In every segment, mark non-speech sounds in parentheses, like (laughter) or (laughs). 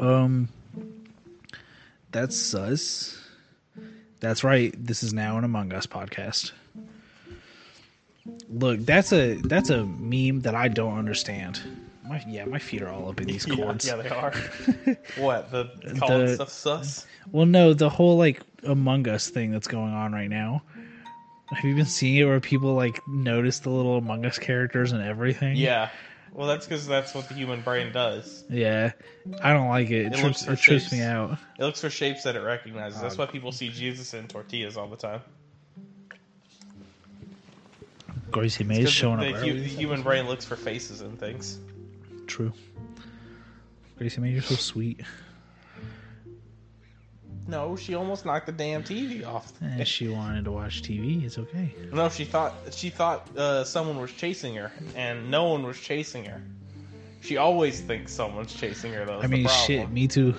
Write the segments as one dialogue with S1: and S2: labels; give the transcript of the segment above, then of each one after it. S1: Um, that's sus. That's right. This is now an Among Us podcast. Look, that's a that's a meme that I don't understand. My yeah, my feet are all up in these
S2: (laughs) Yeah,
S1: cords.
S2: yeah, they are. what the calling
S1: The-
S2: stuff sus?
S1: Well, no, the whole like Among Us thing that's going on right now. Have you been seeing it where people like notice the little Among Us characters and everything?
S2: Yeah. Well, that's because that's what the human brain does.
S1: Yeah. I don't like it. It,
S2: It looks
S1: trips
S2: for
S1: it trips me
S2: shapes.
S1: out.
S2: It looks for shapes that it recognizes. That's
S1: Um,
S2: why people see Jesus in tortillas all the time.
S1: Gracie
S2: It's
S1: May's
S2: 'cause
S1: showing
S2: the,
S1: up
S2: hu-
S1: early.
S2: the human brain looks for faces and things.
S1: True. Gracie May, you're so sweet.
S2: No, she almost knocked the damn TV off.
S1: And she wanted to watch TV. It's okay.
S2: No, she thought she thought uh, someone was chasing her, and no one was chasing her. She always thinks someone's chasing her, though. is
S1: I mean,
S2: the problem.
S1: shit, me too.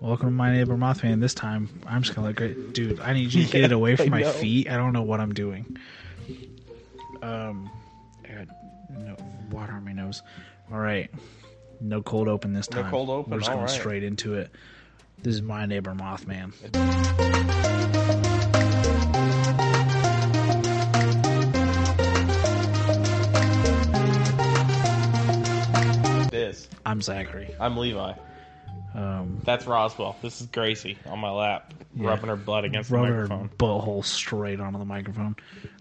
S1: Welcome to my neighbor Mothman. This time, I'm just gonna let Great dude. I need you to get
S2: (laughs)
S1: it away from my
S2: I know.
S1: feet. I don't know what I'm doing. Um, I got no water on my nose. All right, no cold open this
S2: No
S1: time.
S2: cold open,
S1: We're just
S2: all
S1: going
S2: right.
S1: straight into it. This is my neighbor Mothman.
S2: It is.
S1: I'm Zachary.
S2: I'm Levi.
S1: Um,
S2: That's Roswell. This is Gracie on my lap,
S1: Yeah.
S2: rubbing her blood against the
S1: rubber
S2: microphone.
S1: butthole straight onto the microphone.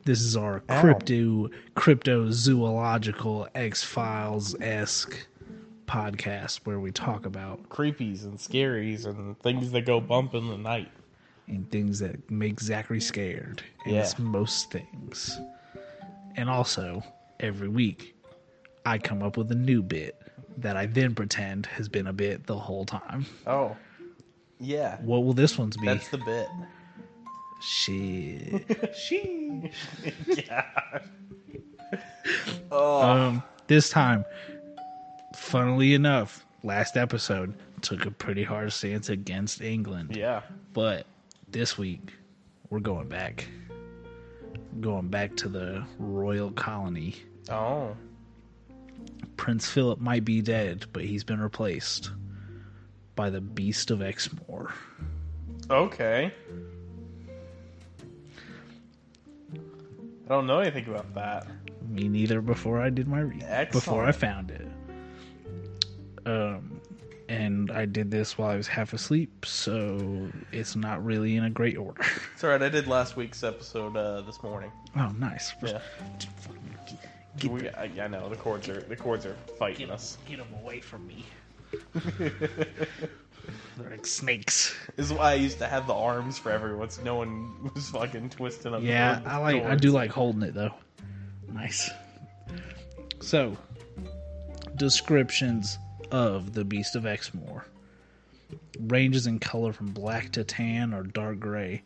S1: This is our crypto cryptozoological X Files esque podcast where we talk about
S2: Creepies and scaries and things that go bump in the night.
S1: and things that make Zachary scared. And it's
S2: Yeah.
S1: most things. And also, every week, I come up with a new bit that I then pretend has been a bit the whole time.
S2: Oh, yeah.
S1: What will this one's be?
S2: That's
S1: (laughs)
S2: the bit.
S1: Shit.
S2: she. yeah. Oh,
S1: Um, this time, funnily enough, last episode took a pretty hard stance against England,
S2: yeah.
S1: but this week we're going back, going back to the royal colony.
S2: Oh.
S1: Prince Philip might be dead, but he's been replaced by the Beast of Exmoor.
S2: Okay. I don't know anything about that.
S1: Me neither. Before I did my re- before I
S2: Excellent.
S1: found it. Um, and I did this while I was half asleep, so it's not really in a great order. (laughs)
S2: It's alright, I did last week's episode uh, this morning.
S1: Oh, nice.
S2: Yeah.
S1: Get,
S2: We, I, I know, the cords are the cords are fighting us.
S1: him away from me. (laughs) They're like snakes.
S2: This is why I used to have the arms for everyone so no one (laughs) was fucking twisting up.
S1: Yeah,
S2: the
S1: I like. I
S2: cords.
S1: do like holding it though. Nice. So, descriptions of the Beast of Exmoor ranges in color from black to tan or dark gray.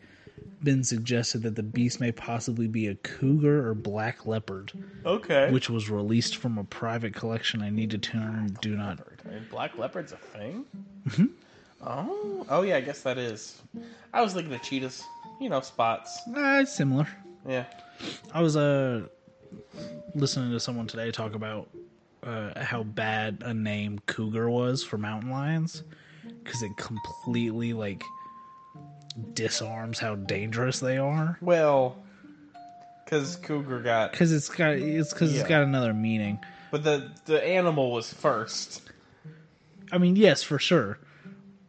S1: Been suggested that the beast may possibly be a cougar or black leopard,
S2: Okay.
S1: which was released from a private collection. I need to turn. Do not.
S2: I mean, black leopard's a thing?
S1: Mm-hmm.
S2: Oh oh yeah, I guess that is. I was thinking of cheetahs. You know, spots.
S1: Ah, it's similar.
S2: Yeah.
S1: I was uh listening to someone today talk about uh, how bad a name cougar was for mountain lions because it completely like disarms how dangerous they are
S2: Well, because cougar got
S1: because it's got it's because
S2: Yeah.
S1: it's got another meaning.
S2: But the the animal was first.
S1: I mean, yes, for sure,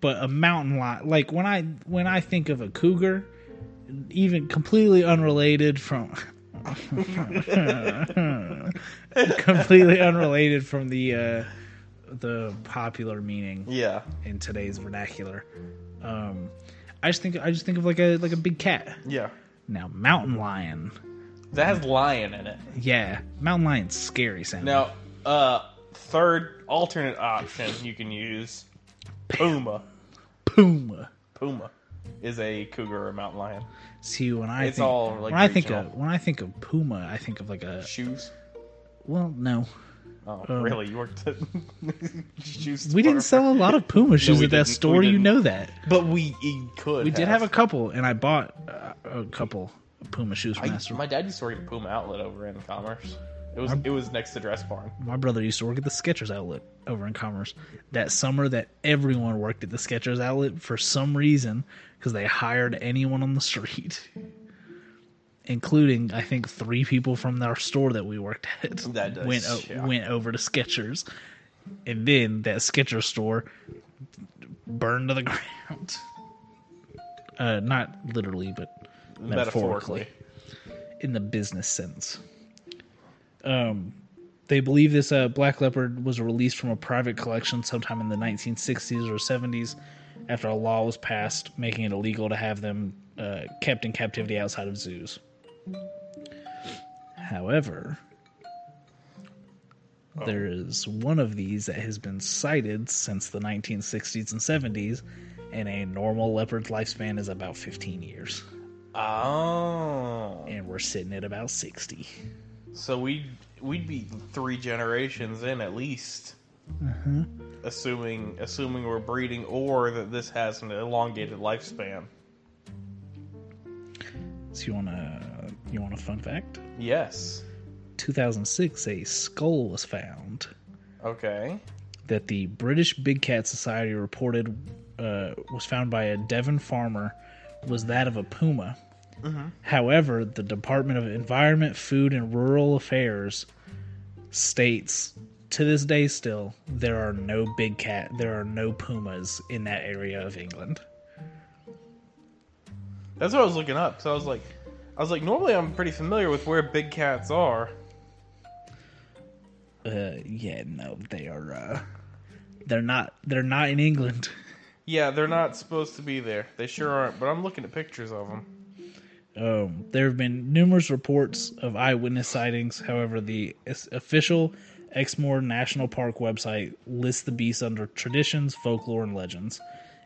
S1: but a mountain lion like when I when I think of a cougar, even completely unrelated from. (laughs) completely unrelated from the uh, the popular meaning
S2: Yeah.
S1: in today's vernacular. Um, I just think I just think of like a like a big cat.
S2: Yeah.
S1: Now mountain lion,
S2: That has lion in it.
S1: yeah, mountain lion's scary sound.
S2: Now, uh third alternate option you can use Puma.
S1: puma.
S2: Puma is a cougar or mountain lion.
S1: See when I
S2: It's
S1: think
S2: all, like,
S1: when I think
S2: regional.
S1: of when I think of puma, I think of like a
S2: Shoes.
S1: well no.
S2: Oh,
S1: Um,
S2: really? You worked at (laughs) shoes.
S1: We didn't
S2: department.
S1: sell a lot of (laughs) puma shoes
S2: we
S1: at
S2: didn't.
S1: that
S2: We
S1: store. You
S2: didn't.
S1: know that.
S2: But we we could.
S1: We did have a couple, and I bought uh, a couple puma shoes from that
S2: I,
S1: store.
S2: my dad used to work at Puma Outlet over in Commerce. It was
S1: I'm-
S2: it was next to Dress Barn.
S1: My brother used to work at the Skechers outlet over in Commerce. That summer that everyone worked at the Skechers outlet for some reason because they hired anyone on the street, (laughs) including I think three people from our store that we worked at
S2: (laughs) That does-
S1: went o-
S2: yeah.
S1: went over to Skechers, and then that Skechers store burned to the (laughs) ground. Uh, not literally, but metaphorically
S2: Metaphorically.
S1: in the business sense. Um, they believe this uh, black leopard was released from a private collection sometime in the 1960s or 70s after a law was passed making it illegal to have them uh, kept in captivity outside of zoos. However, there is one of these that has been sighted since the 1960s and 70s, and a normal leopard's lifespan is about 15 years
S2: Oh,
S1: and we're sitting at about 60.
S2: so we we'd be three generations in at least,
S1: Uh-huh.
S2: assuming assuming we're breeding or that this has an elongated lifespan.
S1: So you want to you want a fun fact?
S2: Yes.
S1: 2006 a skull was found
S2: Okay.
S1: that the British Big Cat Society reported uh, was found by a Devon farmer was that of a puma. However, the Department of Environment, Food, and Rural Affairs states to this day still there are no big cat, there are no pumas in that area of England.
S2: That's what I was looking up. So I was like, I was like, normally I'm pretty familiar with where big cats are.
S1: uh yeah no they are uh they're not they're not in england (laughs)
S2: Yeah, they're not supposed to be there. They sure aren't. But I'm looking at pictures of them.
S1: um there have been numerous reports of eyewitness sightings however the es- official exmoor national park website lists the beast under traditions folklore and legends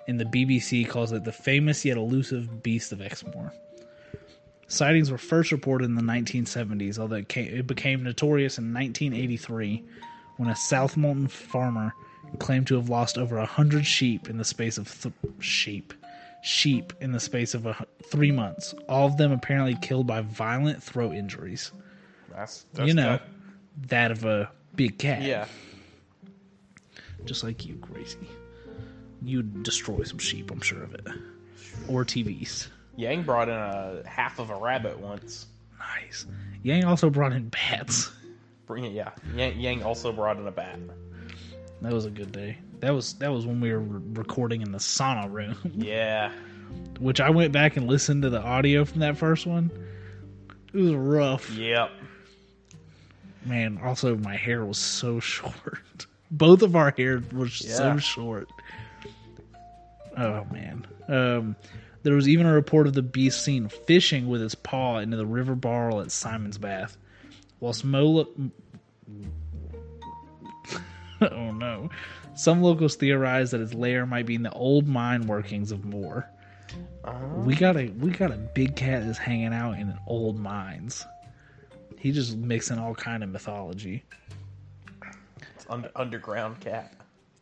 S1: and the bbc calls it the famous yet elusive beast of exmoor sightings were first reported in the 1970s although it, came, it became notorious in 1983 when a South Moulton farmer claimed to have lost over a hundred sheep in the space of th- sheep, sheep in the space of a, hu- three months. All of them apparently killed by violent throat injuries.
S2: That's, that's
S1: you know,
S2: got-
S1: that of a big cat.
S2: yeah.
S1: just like you, Gracie. You'd destroy some sheep, I'm sure of it, or TVs.
S2: Yang brought in a half of a rabbit once.
S1: Nice. Yang also brought in bats.
S2: Bring it, yeah. Yang, Yang also brought in a bat.
S1: That was a good day. That was that was when we were re- recording in the sauna room. (laughs)
S2: Yeah.
S1: which I went back and listened to the audio from that first one. It was rough.
S2: Yep.
S1: Man, also my hair was so (laughs) short. Both of our hair was
S2: Yeah.
S1: so short. Oh man. Um there was even a report of the beast seen fishing with its paw into the river barrel at Simon's Bath. Whilst Mola (laughs) Oh no. Some locals theorize that its lair might be in the old mine workings of Moore.
S2: Uh,
S1: We got a we got a big cat that's hanging out in old mines. He just mixing all kind of mythology.
S2: it's under, underground cat.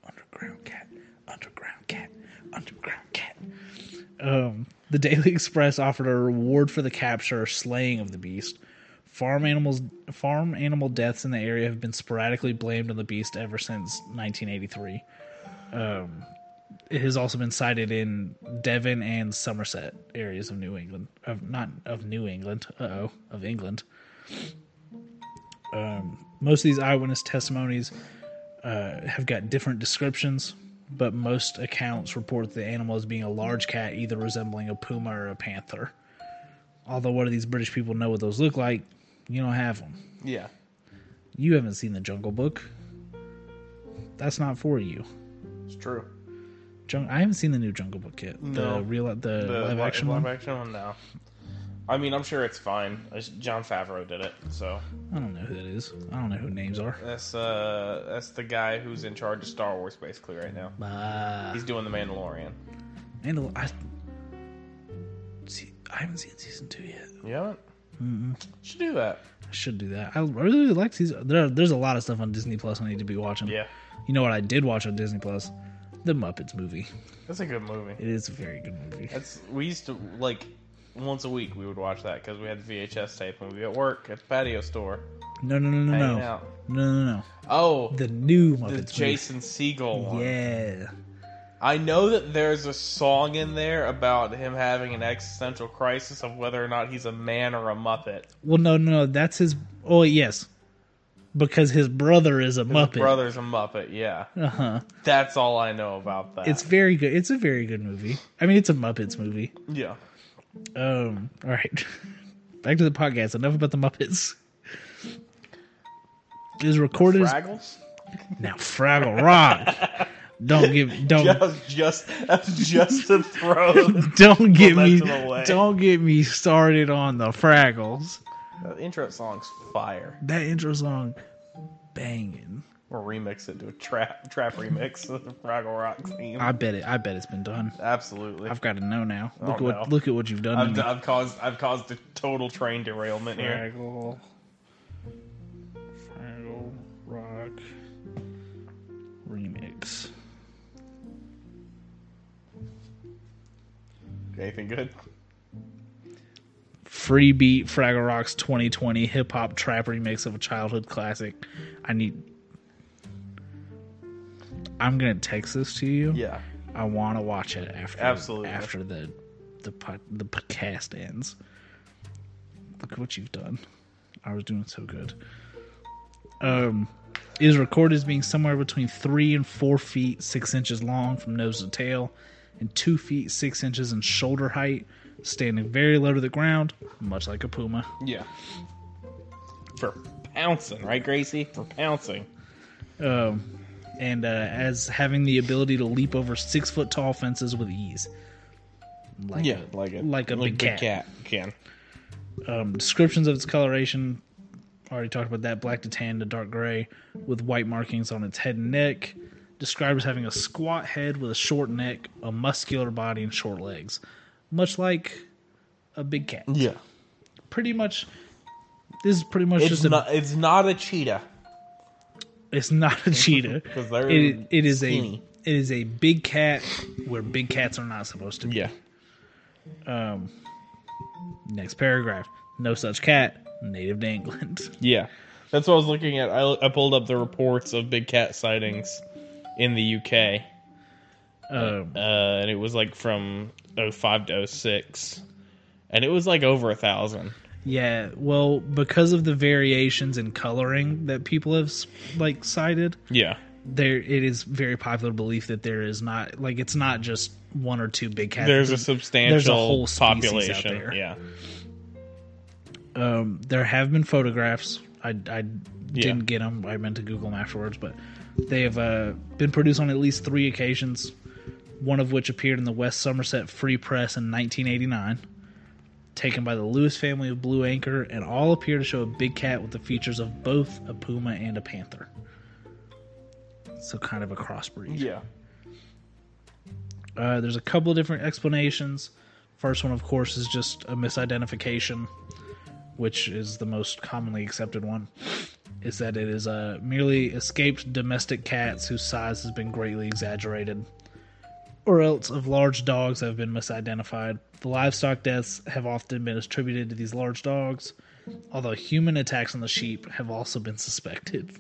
S1: Underground cat, underground cat, underground cat. Um, the Daily Express offered a reward for the capture or slaying of the beast. Farm animals, farm animal deaths in the area have been sporadically blamed on the beast ever since 1983. Um, it has also been sighted in Devon and Somerset areas of New England, of not of New England, uh oh, of England. Um, most of these eyewitness testimonies uh, have got different descriptions, but most accounts report the animal as being a large cat, either resembling a puma or a panther. Although, what do these British people know what those look like? You don't have them.
S2: Yeah.
S1: You haven't seen the Jungle Book. That's not for you.
S2: It's true.
S1: Jung- I haven't seen the new Jungle Book yet.
S2: No.
S1: The real, the,
S2: The
S1: live action one.
S2: action one? No. I mean, I'm sure it's fine. It's- John Favreau did it, so
S1: I don't know who that is. I don't know who names are.
S2: that's uh that's the guy who's in charge of Star Wars basically right now.
S1: Uh,
S2: He's doing the Mandalorian.
S1: Mandal- I, see, I haven't seen season two yet.
S2: You haven't? Should do that.
S1: I should do that. I really like season. There, there's a lot of stuff on Disney Plus I need to be watching.
S2: Yeah,
S1: You know what I did watch on Disney Plus? The Muppets movie.
S2: that's a good movie.
S1: It is a very good movie.
S2: That's we used to like once a week we would watch that because we had the VHS tape and we would be at work at the patio store.
S1: No, no, no, no, no,
S2: Hanging
S1: no,
S2: out.
S1: no, no.
S2: Oh,
S1: The new
S2: the,
S1: Muppets.
S2: Jason Siegel one.
S1: Movie. Yeah.
S2: I know that there's a song in there about him having an existential crisis of whether or not he's a man or a Muppet.
S1: Well, no, no, no. That's his. Oh, yes. Because his brother is a
S2: His
S1: Muppet.
S2: brother's a Muppet, yeah.
S1: Uh huh.
S2: That's all I know about that.
S1: It's very good. It's a very good movie. I mean, it's a Muppets movie.
S2: yeah.
S1: Um. All right. (laughs) Back to the podcast. Enough about the Muppets. It was recorded as-
S2: Fraggles?
S1: now. Fraggle Rock. Don't
S2: (laughs)
S1: give. Don't.
S2: Just, just, (laughs) that's just to throw.
S1: (laughs) don't get
S2: Momentum
S1: me.
S2: away.
S1: Don't get me started on the Fraggles.
S2: the intro song's fire.
S1: That intro song, banging.
S2: We'll remix it to a trap trap remix (laughs) of the Fraggle Rock theme.
S1: I bet it. I bet it's been done.
S2: Absolutely.
S1: I've got to know now. Look
S2: Oh,
S1: at what
S2: no.
S1: look at what you've done
S2: I've,
S1: to me.
S2: I've caused I've caused a total train derailment here.
S1: Fraggle, Fraggle Rock remix.
S2: Anything good?
S1: Free beat Fraggle Rock's 2020 hip hop trap remix of a childhood classic. I need. I'm gonna text this to you.
S2: Yeah.
S1: I want to watch it after
S2: Absolutely.
S1: after the the pod, the podcast ends. Look at what you've done. I was doing so good. Um, it is recorded as being somewhere between three and four feet six inches long from nose to tail, and two feet six inches in shoulder height, standing very low to the ground, much like a puma.
S2: Yeah. For pouncing, right, Gracie? For pouncing.
S1: um, and uh, as having the ability to leap over six foot tall fences with ease. Like
S2: Yeah, like a
S1: like a big cat.
S2: can.
S1: Um, descriptions of its coloration already talked about that black to tan to dark gray with white markings on its head and neck. Described as having a squat head with a short neck, a muscular body, and short legs, much like a big cat.
S2: Yeah.
S1: Pretty much, this is pretty much
S2: It's
S1: just
S2: not it's not a cheetah.
S1: a. It's not a cheetah.
S2: (laughs) 'Cause they're
S1: it, it is
S2: skinny.
S1: a it is a big cat where big cats are not supposed to be.
S2: Yeah.
S1: Next paragraph. No such cat, native to England. (laughs)
S2: Yeah. That's what I was looking at. I, I pulled up the reports of big cat sightings in the UK.
S1: Um,
S2: uh, and it was like from 05 to 06 and it was like over a thousand
S1: yeah, well, because of the variations in coloring that people have like cited,
S2: yeah
S1: there it is very popular belief that there is not like it's not just one or two big cats.
S2: there's a
S1: There's-
S2: substantial
S1: whole species out
S2: population
S1: there.
S2: yeah
S1: um, there have been photographs. I, I didn't get them. I meant to Google them afterwards, but they have uh, been produced on at least three occasions. One of which appeared in the West Somerset Free Press in 1989, taken by the Lewis family of Blue Anchor, and all appear to show a big cat with the features of both a puma and a panther. So kind of a crossbreed.
S2: yeah
S1: Uh, there's a couple of different explanations. First one, of course, is just a misidentification, which is the most commonly accepted one. Is that it is uh, merely escaped domestic cats whose size has been greatly exaggerated, or else of large dogs that have been misidentified. The livestock deaths have often been attributed to these large dogs, although human attacks on the sheep have also been suspected.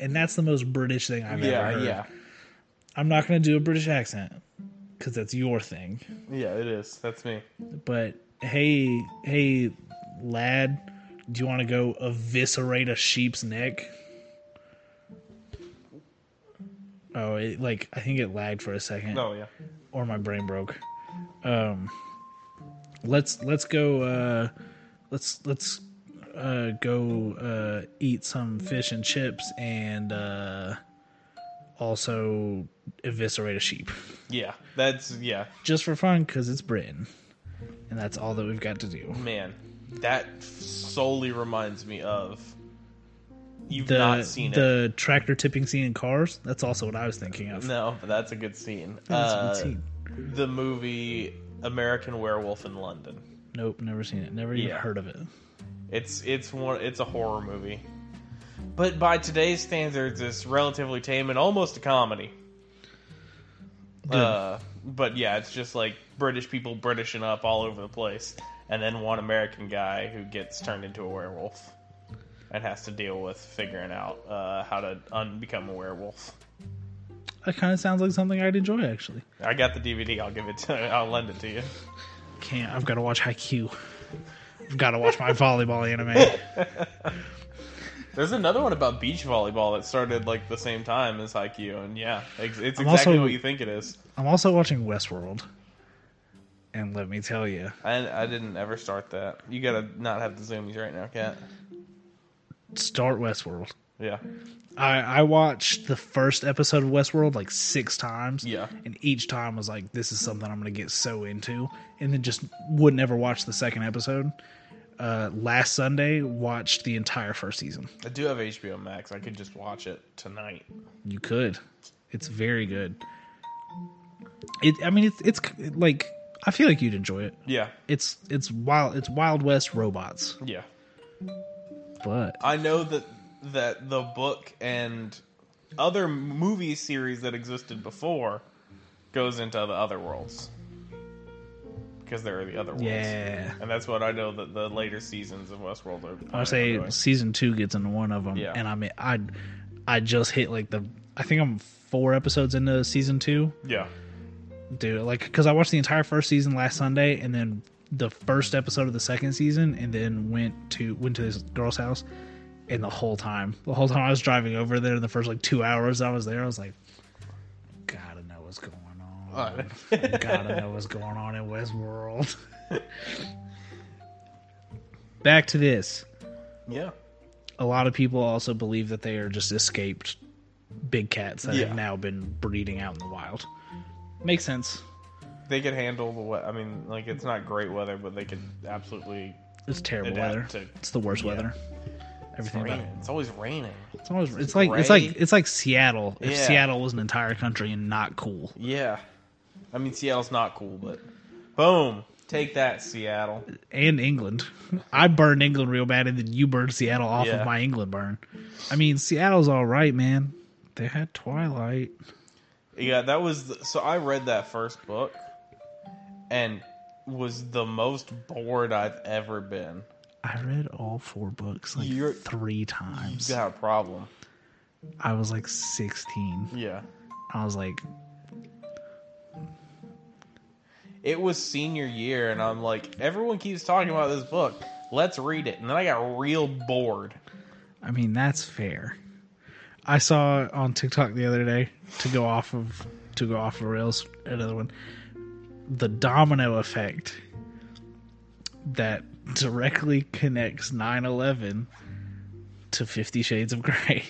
S1: And that's the most British thing I've ever
S2: yeah
S1: heard.
S2: yeah
S1: I'm not going to do a British accent because that's your thing.
S2: yeah it is that's me
S1: But hey, hey, lad, do you want to go eviscerate a sheep's neck? Oh, it, like I think it lagged for a second,
S2: no Oh, yeah
S1: or my brain broke. Um, let's let's go. Uh, let's let's uh, go uh, eat some fish and chips, and uh, also eviscerate a sheep.
S2: yeah that's yeah
S1: just for fun because it's Britain, and that's all that we've got to do.
S2: man that solely reminds me of you've
S1: The
S2: not seen it
S1: the tractor tipping scene in Cars. That's also what I was thinking of.
S2: no but that's a good scene
S1: That's a good
S2: uh,
S1: scene.
S2: the movie american werewolf in london
S1: Nope, never seen it. Never even
S2: Yeah.
S1: heard of it.
S2: It's it's one it's a horror movie. But by today's standards it's relatively tame and almost a comedy.
S1: Good.
S2: Uh but yeah, it's just like British people Britishing up all over the place, and then one American guy who gets turned into a werewolf and has to deal with figuring out uh, how to un- become a werewolf.
S1: That kind of sounds like something I'd enjoy, actually.
S2: I got the DVD. I'll give it to. I'll lend it to you.
S1: Can't. I've got to watch Haikyuu. I've got to watch
S2: (laughs)
S1: my volleyball anime.
S2: There's another one about beach volleyball that started like the same time as Haikyuu, and yeah, ex- it's
S1: I'm
S2: exactly
S1: also-
S2: what you think it is.
S1: I'm also watching Westworld. And let me tell you,
S2: I, I didn't ever start that. You gotta not have the zoomies right now, cat.
S1: start Westworld.
S2: Yeah,
S1: I, I watched the first episode of Westworld like six times.
S2: Yeah.
S1: And each time was like, this is something I'm going to get so into. And then just would never watch the second episode. Uh, last Sunday, watched the entire first season.
S2: I do have HBO Max. I could just watch it tonight.
S1: You could. It's very good. It. I mean, it's it's c- like I feel like you'd enjoy it.
S2: Yeah,
S1: It's it's wild. It's Wild West robots,
S2: yeah.
S1: but
S2: I know that that the book and other movie series that existed before goes into the other worlds because there are the other worlds.
S1: yeah.
S2: And that's what I know that the later seasons of Westworld are.
S1: I say
S2: doing.
S1: season two gets into one of them,
S2: Yeah.
S1: and I mean, I, I just hit like the. I think I'm four episodes into season two,
S2: Yeah.
S1: dude. Like, because I watched the entire first season last Sunday, and then the first episode of the second season, and then went to went to this girl's house, and the whole time, the whole time I was driving over there, the first like two hours I was there, I was like, gotta know what's going on. gotta know what's going on in Westworld. Back to this
S2: (laughs) yeah.
S1: a lot of people also believe that they are just escaped big cats that
S2: Yeah.
S1: have now been breeding out in the wild. Makes sense.
S2: They could handle the weather. I mean, like, it's not great weather, but they could absolutely.
S1: It's terrible
S2: Adapt
S1: weather.
S2: to-
S1: it's the worst weather.
S2: It's,
S1: Everything about it.
S2: raining. it's always raining.
S1: It's, always, it's, like it's
S2: gray.
S1: like it's like Seattle. If
S2: Yeah.
S1: Seattle was an entire country and not cool,
S2: Yeah. I mean, Seattle's not cool, but. Boom. Take that, Seattle.
S1: and England, I burned England real bad, and then you burned Seattle off
S2: Yeah.
S1: of my England burn. I mean, Seattle's all right, man. They had Twilight.
S2: Yeah, that was the, so. I read that first book, and was the most bored I've ever been.
S1: I read all four books like
S2: You're-
S1: three
S2: You
S1: times.
S2: got a problem.
S1: I was like sixteen.
S2: Yeah,
S1: I was like,
S2: it was senior year, and I'm like, everyone keeps talking about this book. Let's read it, and then I got real bored.
S1: I mean, that's fair. I saw on TikTok the other day to go off of to go off the rails. Another one, the domino effect that directly connects 9-11 to Fifty Shades of Grey,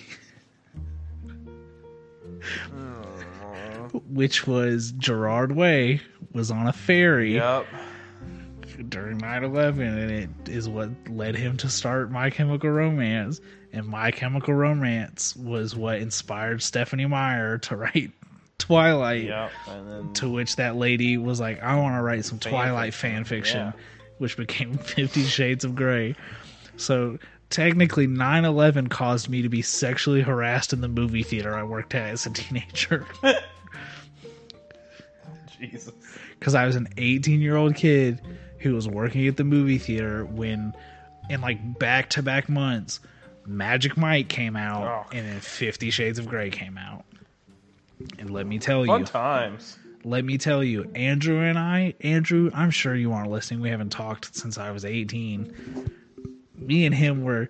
S1: which was Gerard Way was on a ferry
S2: Yep.
S1: during 9-11 and it is what led him to start my chemical romance and my chemical romance was what inspired stephanie meyer to (laughs) write twilight
S2: Yep. And then
S1: to which that lady was like i want to write some twilight fan fiction
S2: yeah.
S1: which became (laughs) 50 shades of gray so technically 9-11 caused me to be sexually harassed in the movie theater i worked at as a teenager (laughs)
S2: Jesus.
S1: because I was an 18 year old kid who was working at the movie theater when, in like back to back months, Magic Mike came out
S2: Oh.
S1: and then Fifty Shades of Grey came out. And let me tell
S2: Fun
S1: you,
S2: times.
S1: let me tell you, Andrew and I, Andrew, I'm sure you aren't listening. We haven't talked since I was 18. Me and him were,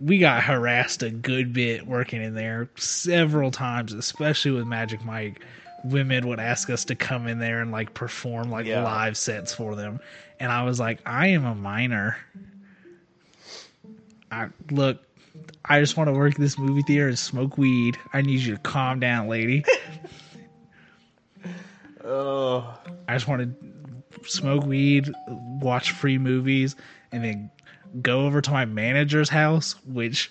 S1: we got harassed a good bit working in there several times, especially with Magic Mike. Women would ask us to come in there and like perform like
S2: Yeah.
S1: live sets for them. And I was like, I am a minor. I look, I just want to work this movie theater and smoke weed. I need you to calm down, lady.
S2: Oh,
S1: I just want to smoke weed, watch free movies, and then go over to my manager's house, which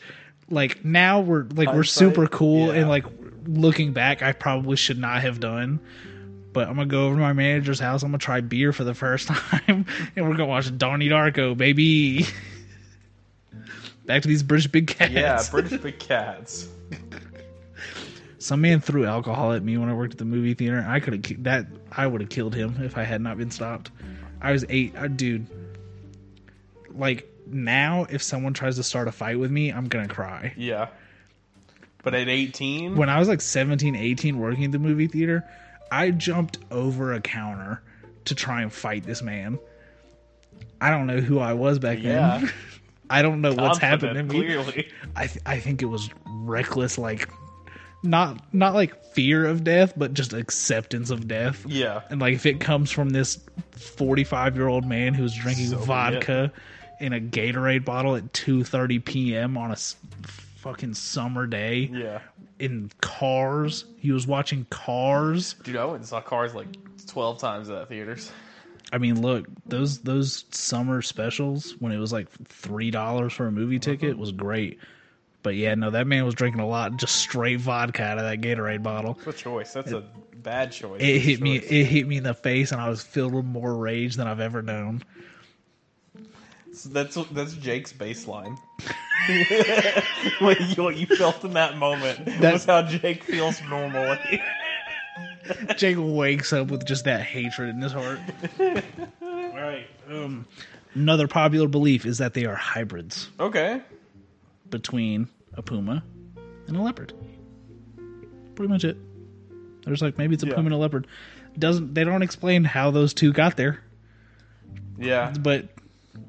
S1: like now we're like we're
S2: Hindsight,
S1: super cool
S2: yeah.
S1: and like looking back I probably should not have done. But I'm gonna go over to my manager's house, I'm gonna try beer for the first (laughs) time, and we're gonna watch Donnie Darko, baby. (laughs) Back to these British big cats.
S2: yeah. British big cats.
S1: Some man threw alcohol at me when I worked at the movie theater. I could have that. I would have killed him if I had not been stopped. I was eight. I, dude, like now, if someone tries to start a fight with me, I'm gonna cry.
S2: Yeah. But at 18,
S1: When I was like 17, 18, working at the movie theater, I jumped over a counter to try and fight this man. I don't know who I was back
S2: Yeah.
S1: then. I don't know (laughs) what's happened
S2: confident,
S1: to me.
S2: Clearly.
S1: (laughs) I th- I think it was reckless, like not not like fear of death, but just acceptance of death.
S2: Yeah.
S1: And like if it comes from this forty five year old man who's drinking
S2: So, yeah.
S1: vodka in a Gatorade bottle at two thirty p.m. on a s- fucking summer day
S2: Yeah.
S1: in Cars, he was watching Cars.
S2: Dude, I went and saw Cars like 12 times at theaters. (laughs)
S1: I mean, look those those summer specials when it was like three dollars for a movie ticket was great. But yeah, no, that man was drinking a lot, just straight vodka out of that Gatorade bottle.
S2: What choice? That's a bad choice.
S1: It
S2: It's a
S1: hit me.
S2: choice.
S1: It hit me in the face, and I was filled with more rage than I've ever known.
S2: So That's that's Jake's baseline. (laughs) what, you, what you felt in that moment
S1: That's-
S2: was how Jake feels normally. (laughs)
S1: Jake wakes up with just that hatred in his heart. All right. Um, another popular belief is that they are hybrids
S2: okay.
S1: between a puma and a leopard. Pretty much it. There's like maybe it's a
S2: Yeah.
S1: puma and a leopard. Doesn't they don't explain how those two got there,
S2: Yeah.
S1: but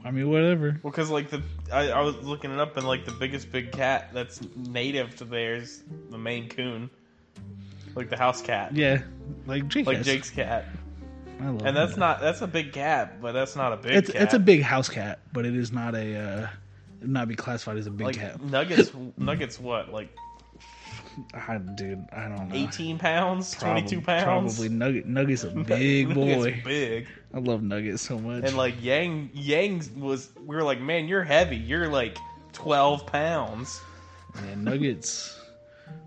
S1: I mean whatever.
S2: Well, because like the I, I was looking it up and like the biggest big cat that's native to theirs, the Maine Coon, like the house cat,
S1: Yeah, like Jake.
S2: like
S1: has-
S2: Jake's cat,
S1: I love
S2: and
S1: that.
S2: that's not that's a big cat, but that's not a big.
S1: it's
S2: cat.
S1: it's a big house cat, but it is not a uh, it would not be classified as a big
S2: like
S1: cat. (laughs)
S2: Nuggets. Nuggets what like
S1: I, dude, I don't know. (sighs)
S2: eighteen pounds,
S1: Prob-
S2: twenty two pounds.
S1: Probably Nugget. Nugget's
S2: (laughs)
S1: a big boy.
S2: Nuggets big.
S1: I love Nugget so much.
S2: And like Yang Yang was we were like, Man, you're heavy. You're like twelve pounds.
S1: Man, Nuggets,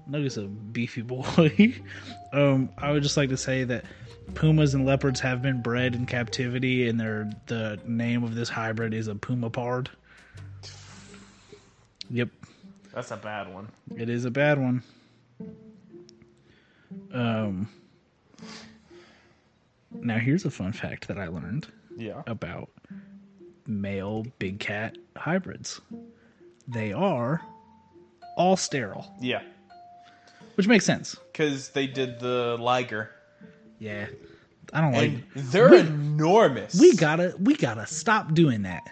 S1: Nuggets a beefy boy. (laughs) um, I would just like to say that pumas and leopards have been bred in captivity, and they're the name of this hybrid is a puma pard. Yep,
S2: That's a bad one.
S1: it is a bad one. Um. Now here's a fun fact that I learned.
S2: Yeah.
S1: about male big cat hybrids. They are all sterile,
S2: Yeah.
S1: which makes sense.
S2: Cause they did the Liger.
S1: Yeah. I don't like
S2: And they're enormous.
S1: We got to we got to stop doing that.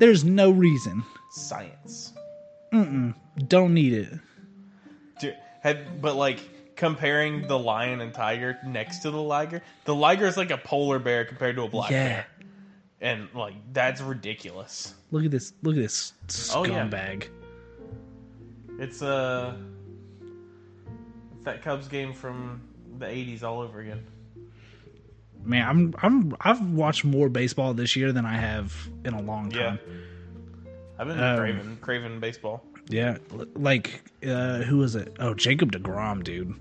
S1: There's no reason.
S2: science.
S1: Don't need it.
S2: Dude, have, but like comparing the lion and tiger next to the liger, the liger is like a polar bear compared to a black
S1: yeah.
S2: bear. And like that's ridiculous.
S1: Look at this look at this
S2: Oh, yeah.
S1: scumbag.
S2: It's uh it's that Cubs game from the eighties all over again.
S1: Man, I'm I'm I've watched more baseball this year than I have in a long
S2: Yeah.
S1: time.
S2: I've been
S1: Um,
S2: craving craving baseball.
S1: Yeah, l- like uh who was it? Oh, Jacob DeGrom, dude.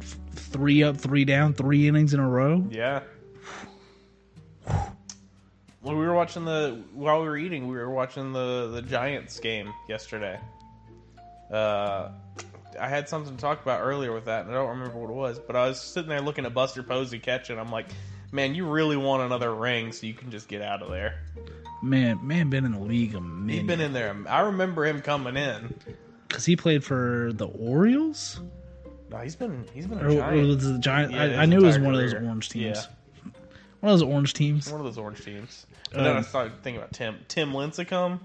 S1: F- Three up, three down, three innings in a row.
S2: Mm-hmm. Yeah. Well, we were watching the while we were eating, we were watching the the Giants game yesterday. Uh, I had something to talk about earlier with that, and I don't remember what it was, but I was sitting there looking at Buster Posey catching. I'm like, man, you really want another ring, so you can just get out of there.
S1: Man, man, been in the league a
S2: He's been
S1: minute
S2: in there. I remember him coming in.
S1: because he played for the Orioles
S2: No, he's been he's been
S1: or,
S2: a
S1: or
S2: Giant.
S1: was it the Giants.
S2: Yeah, his
S1: Oh, I, I knew it was
S2: entire
S1: one of those
S2: career.
S1: orange teams.
S2: Yeah.
S1: One of those orange teams.
S2: one of those orange teams. And then I
S1: Um,
S2: started thinking about Tim Tim Lincecum,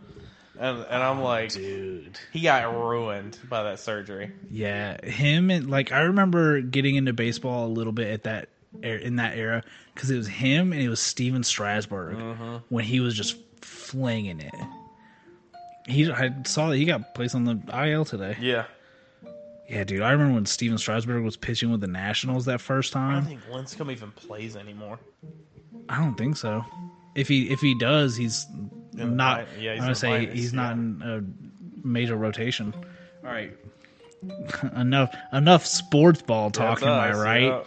S2: and and I'm like,
S1: Oh, Dude,
S2: he got ruined by that surgery.
S1: yeah, him and like I remember getting into baseball a little bit at that er- in that era because it was him and it was Steven Strasburg
S2: Uh-huh.
S1: when he was just flinging it. He, I saw that he got placed on the IL today.
S2: Yeah,
S1: Yeah, dude, I remember when Steven Strasburg was pitching with the Nationals that first
S2: I
S1: time.
S2: don't think Lincecum even plays anymore.
S1: I don't think so. If he if he does, he's not.
S2: minor- yeah, he's
S1: I'm gonna
S2: in
S1: say
S2: the minors,
S1: he's not
S2: yeah.
S1: in a major rotation.
S2: All right,
S1: enough enough sports ball talk. Am I right?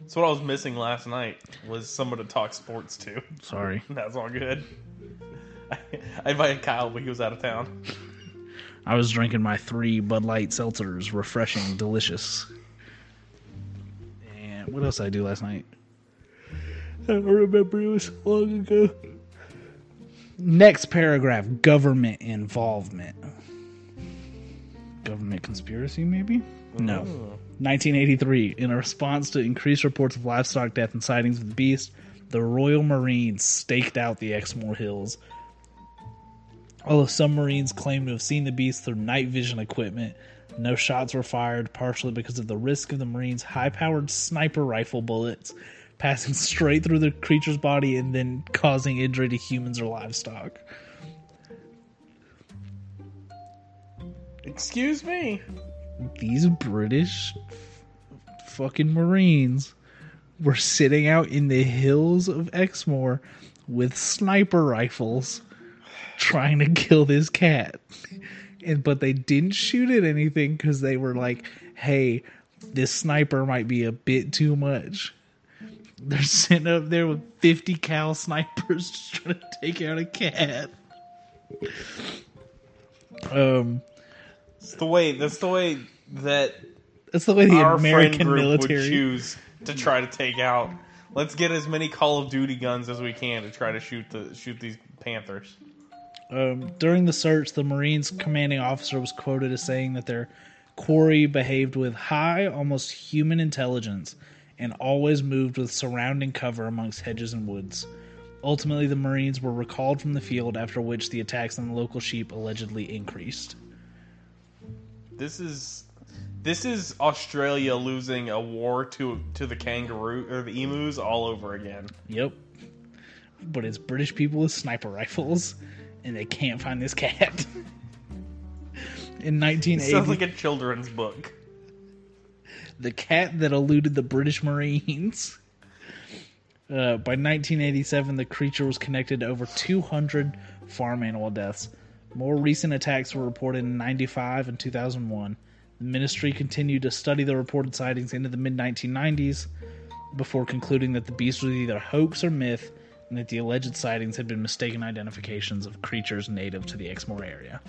S2: That's what I was missing last night was someone to talk sports to. (laughs)
S1: Sorry.
S2: That's all good. I, I invited Kyle, but he was out of town.
S1: I was drinking my three Bud Light seltzers, refreshing, delicious. And what else did I do last night? I don't remember. It was so long ago. Next paragraph: government involvement. Government conspiracy, maybe? No. 1983. In a response to increased reports of livestock death and sightings of the beast, the Royal Marines staked out the Exmoor Hills Although some Marines claim to have seen the beast through night vision equipment, no shots were fired, partially because of the risk of the Marines' high powered sniper rifle bullets passing (laughs) straight through the creature's body and then causing injury to humans or livestock.
S2: Excuse me.
S1: These British f- fucking Marines were sitting out in the hills of Exmoor with sniper rifles. trying to kill this cat. And but they didn't shoot at anything because they were like, hey, this sniper might be a bit too much. They're sitting up there with 50 cal snipers (laughs) just trying to take out a
S2: (laughs)
S1: cat. Um,
S2: It's the way. That's the way that
S1: that's the way the
S2: our friend
S1: American
S2: group would
S1: military.
S2: choose to try to take out. Let's get as many Call of Duty guns as we can to try to shoot the shoot these panthers.
S1: Um, during the search, the Marines commanding officer was quoted as saying that their quarry behaved with high, almost human intelligence and always moved with surrounding cover amongst hedges and woods. Ultimately, the Marines were recalled from the field, after which the attacks on the local sheep allegedly increased.
S2: This is this is Australia losing a war to to the kangaroo or the emus all over again.
S1: Yep. But it's British people with sniper rifles, and they can't find this cat. (laughs) In 1980,
S2: Sounds like a children's book.
S1: the cat that eluded the British Marines. Uh, by 1987, the creature was connected to over 200 farm animal deaths. More recent attacks were reported in 95 and 2001. The ministry continued to study the reported sightings into the mid 1990s before concluding that the beast was either a hoax or myth and that the alleged sightings had been mistaken identifications of creatures native to the Exmoor area.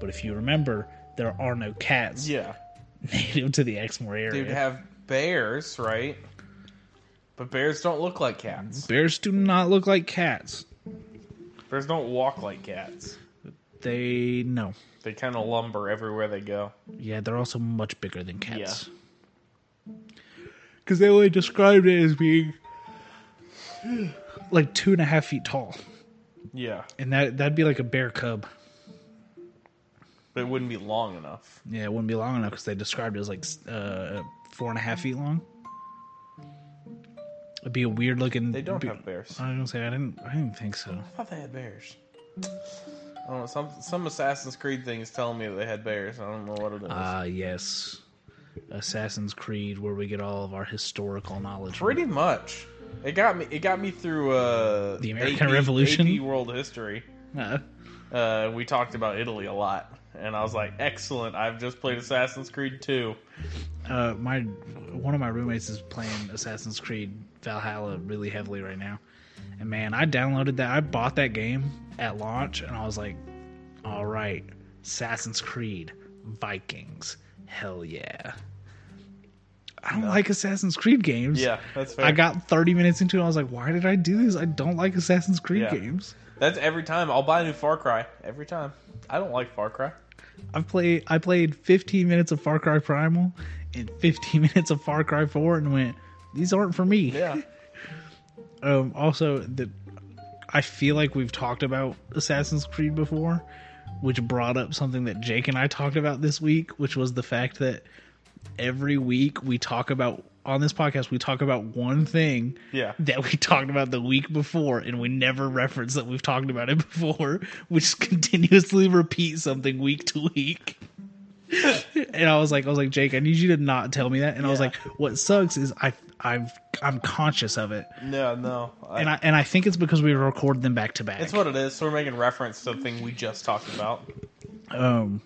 S1: But if you remember, there are no cats
S2: Yeah,
S1: (laughs) native to the Exmoor area.
S2: dude, have bears right? But bears don't look like cats.
S1: Bears do not look like cats.
S2: Bears don't walk like cats.
S1: They no.
S2: They kind of lumber everywhere they go.
S1: Yeah, they're also much bigger than cats. Because they only described it as being like two and a half feet tall,
S2: Yeah,
S1: and that that'd be like a bear cub.
S2: but it wouldn't be long enough.
S1: Yeah, it wouldn't be long enough because they described it as like s- uh, four and a half feet long. It'd be a weird looking.
S2: They don't
S1: be-
S2: have bears.
S1: I was gonna say I didn't. I didn't think so.
S2: I thought they had bears. I don't know. Some some Assassin's Creed thing is telling me that they had bears. I don't know what it is.
S1: Ah, yes, Assassin's Creed, where we get all of our historical knowledge. from.
S2: Pretty much. It got me. It got me through uh,
S1: The American Revolution?
S2: AP world history.
S1: Uh,
S2: Uh, we talked about Italy a lot, and I was like, "Excellent! I've just played Assassin's Creed 2.
S1: Uh, my one of my roommates is playing Assassin's Creed Valhalla really heavily right now, and man, I downloaded that. I bought that game at launch, and I was like, "All right, Assassin's Creed Vikings, hell yeah!" I don't like Assassin's Creed games.
S2: Yeah, that's fair.
S1: I got 30 minutes into it. and I was like, "Why did I do this? I don't like Assassin's Creed
S2: Yeah.
S1: games."
S2: That's every time. I'll buy a new Far Cry every time. I don't like Far Cry.
S1: I've played I played 15 minutes of Far Cry Primal and 15 (laughs) minutes of Far Cry 4 and went, "These aren't for me." (laughs)
S2: Yeah,
S1: um also the i feel like we've talked about assassin's creed before which brought up something that jake and i talked about this week which was the fact that every week we talk about on this podcast we talk about one thing
S2: yeah.
S1: that we talked about the week before and we never reference that we've talked about it (laughs) before we just (laughs) continuously repeat something week to week and i was like i was like jake i need you to not tell me that and i was
S2: Yeah.
S1: like what sucks is i i've i'm conscious of it
S2: No, no. I,
S1: and I and I think it's because we record them back to back.
S2: it's what it is. So we're making reference to the thing we just talked about.
S1: Um,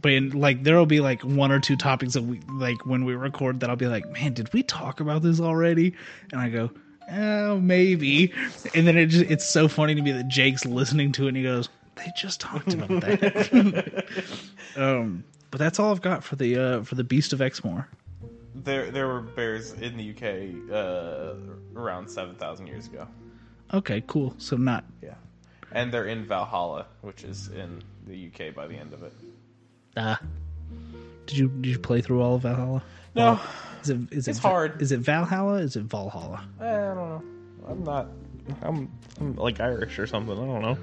S1: but in, like there'll be like one or two topics that we like when we record that I'll be like, man, did we talk about this already? And I go, oh, maybe. And then it just it's so funny to me that Jake's listening to it and he goes, They just talked about that.
S2: (laughs)
S1: (laughs) um, but that's all I've got for the uh, for the Beast of Exmoor.
S2: There, there were bears in the UK uh, around seven thousand years ago.
S1: Okay, cool. So not
S2: Yeah, and they're in Valhalla, which is in the UK by the end of it.
S1: ah. Did you did you play through all of Valhalla?
S2: No.
S1: Val- is it is it
S2: It's hard.
S1: Is it Valhalla? Is it Valhalla?
S2: Eh, I don't know. I'm not. I'm, I'm like Irish or something. I don't know.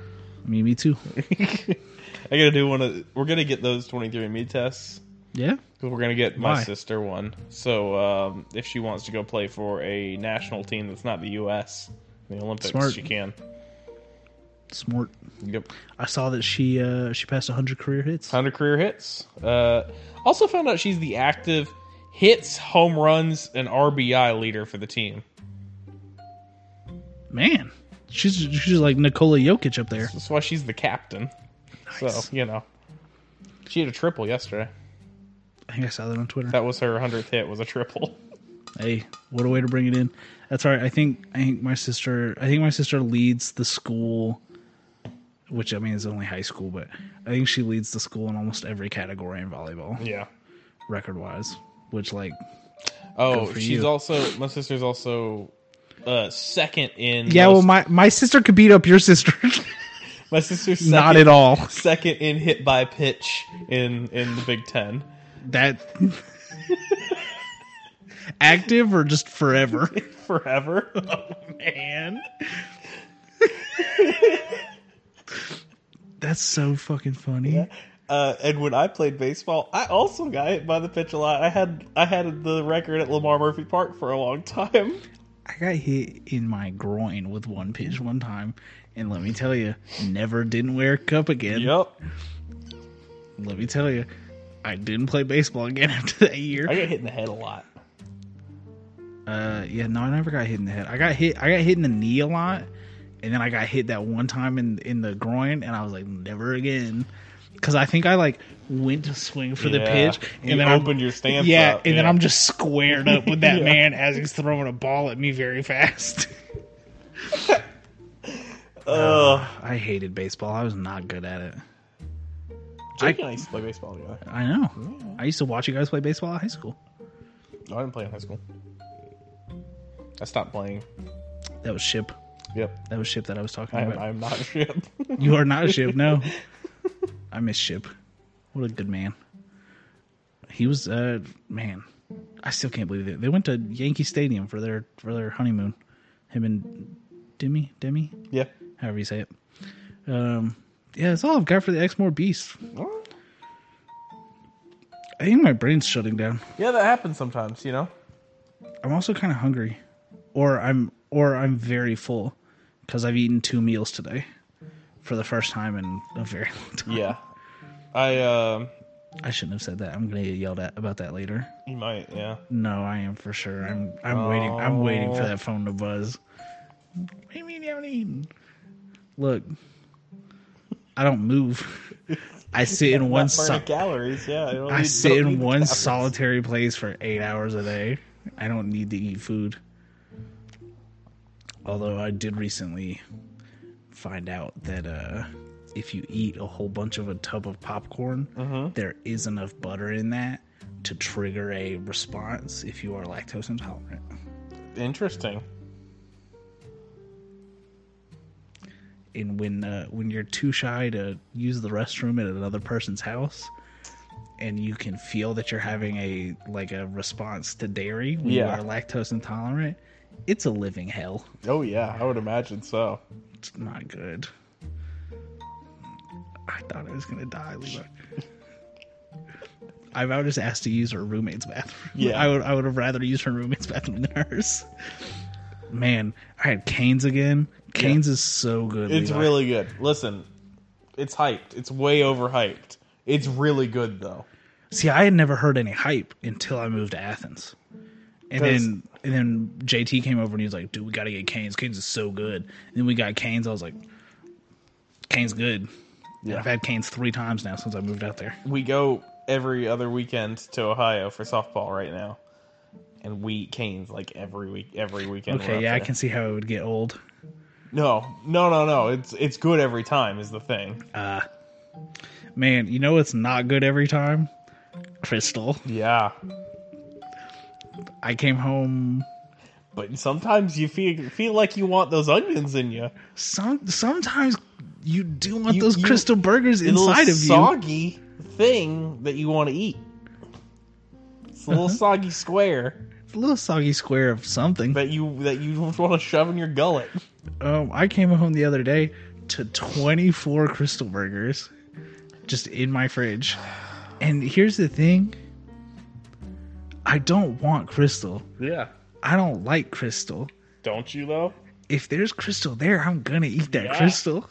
S1: I mean, me too.
S2: I gotta do one of. We're gonna get those 23andMe tests.
S1: Yeah.
S2: We're gonna get my
S1: Why?
S2: sister one. So um, if she wants to go play for a national team that's not the U.S. in the Olympics,
S1: Smart.
S2: she can.
S1: Smart.
S2: Yep,
S1: I saw that she uh she passed 100 career hits.
S2: hundred career hits. Uh, also found out she's the active hits, home runs, and RBI leader for the team.
S1: Man, she's she's just like Nikola Jokic up there.
S2: That's why she's the captain.
S1: Nice.
S2: So you know, she had a triple yesterday.
S1: I think I saw that on Twitter.
S2: That was her hundredth hit. Was a triple.
S1: (laughs) Hey, what a way to bring it in. That's all right. I think I think my sister I think my sister leads the school which I mean is only high school, but I think she leads the school in almost every category in volleyball,
S2: Yeah.
S1: record wise. Which like
S2: Oh,
S1: Good for
S2: she's
S1: you.
S2: also my sister's also uh second in
S1: Yeah,
S2: most-
S1: well my my sister could beat up your sister. (laughs)
S2: my sister's second,
S1: Not at all.
S2: second in hit by pitch in in the Big Ten. (laughs)
S1: That (laughs) active or just forever?
S2: Forever. (laughs) Oh man.
S1: That's so fucking funny.
S2: Uh, and when I played baseball, I also got hit by the pitch a lot. I had I had the record at Lamar Murphy Park for a
S1: (laughs)
S2: long time.
S1: I got hit in my groin with one pitch one time, and let me tell you, never didn't wear a cup again.
S2: Yep.
S1: Let me tell you, I didn't play baseball again (laughs) after that year.
S2: I got hit in the head a lot.
S1: Uh, yeah, no, I never got hit in the head. I got hit. I got hit in the knee a lot, and then I got hit that one time in in the groin, and I was like, never again. Because I think I like went to swing for the
S2: Yeah.
S1: pitch, and
S2: You
S1: then
S2: opened
S1: I'm,
S2: your stance
S1: Yeah,
S2: up,
S1: and then
S2: yeah.
S1: I'm just squared up with that
S2: (laughs) Yeah.
S1: man as he's throwing a ball at me very fast. (laughs) Uh,
S2: Ugh.
S1: I hated baseball. I was not good at it.
S2: Jake and I used to play baseball together.
S1: I know. I used to watch you guys play baseball at high school.
S2: I didn't play in high school. I stopped playing.
S1: That was ship.
S2: Yep.
S1: That was ship that I was talking
S2: I am,
S1: about.
S2: I am not a ship.
S1: You are not a ship, no. I miss ship. What a good man. He was uh man. I still can't believe it. They went to Yankee Stadium for their for their honeymoon. Him and Demi, Demi,
S2: (laughs) yeah.
S1: however you say it. Um yeah, that's all I've got for the Exmoor Beast. I think my brain's shutting down.
S2: Yeah, that happens sometimes, you know?
S1: I'm also kind of hungry, or I'm or I'm very full because I've eaten two meals today for the first time in a very long time.
S2: Yeah. I, um,
S1: I shouldn't have said that. I'm gonna get yelled at about that later.
S2: you might, yeah.
S1: No, I am for sure. I'm I'm waiting. I'm waiting for that phone to buzz. What do you mean you haven't eaten? Look, I don't move. (laughs) I sit in one
S2: Not
S1: so-
S2: burning calories, yeah. don't
S1: I
S2: need-
S1: sit
S2: don't need
S1: in
S2: the
S1: one
S2: calories.
S1: solitary place for eight hours a day. I don't need to eat food. Although I did recently find out that uh, if you eat a whole bunch of a tub of popcorn,
S2: Mm-hmm.
S1: there is enough butter in that to trigger a response if you are lactose intolerant.
S2: Interesting.
S1: And when uh, when you're too shy to use the restroom at another person's house, and you can feel that you're having a like a response to dairy when
S2: Yeah.
S1: you are lactose intolerant, it's a living hell.
S2: Oh, yeah, I would imagine so.
S1: It's not good. I thought I was gonna die, Levi. (laughs) I would just asked to use her roommate's bathroom.
S2: Yeah.
S1: (laughs) I would I would have rather used her roommate's bathroom than hers. Man, I had Canes again. Canes is so good.
S2: It's
S1: Levi.
S2: really good. Listen, it's hyped. It's way overhyped. It's really good, though.
S1: See, I had never heard any hype until I moved to Athens, and
S2: Does-
S1: then and then JT came over and he was like, "Dude, we gotta get Canes. Canes is so good." And then we got Canes. I was like, "Canes good." And I've had Canes three times now since I moved out there.
S2: we go every other weekend to Ohio for softball right now, and we eat canes like every week. Every weekend. we're
S1: Okay,
S2: up
S1: yeah, I
S2: there.
S1: can see how it would get old.
S2: No, no, no, no. It's it's good every time is the thing.
S1: Uh, man, you know what's not good every time? Crystal.
S2: Yeah,
S1: I came home
S2: but sometimes you feel feel like you want those onions in you.
S1: some sometimes you do want
S2: You-
S1: those
S2: you-
S1: crystal burgers
S2: A little
S1: inside of you.
S2: soggy thing that you want to eat. It's a
S1: Uh-huh.
S2: little soggy square
S1: It's a little soggy square of something.
S2: that you that you want to shove in your gullet.
S1: Um, I came home the other day to 24 Crystal Burgers just in my fridge. And here's the thing I don't want Crystal.
S2: Yeah.
S1: I don't like Crystal.
S2: Don't you though?
S1: If there's Crystal there, I'm going to eat that
S2: Yeah.
S1: Crystal.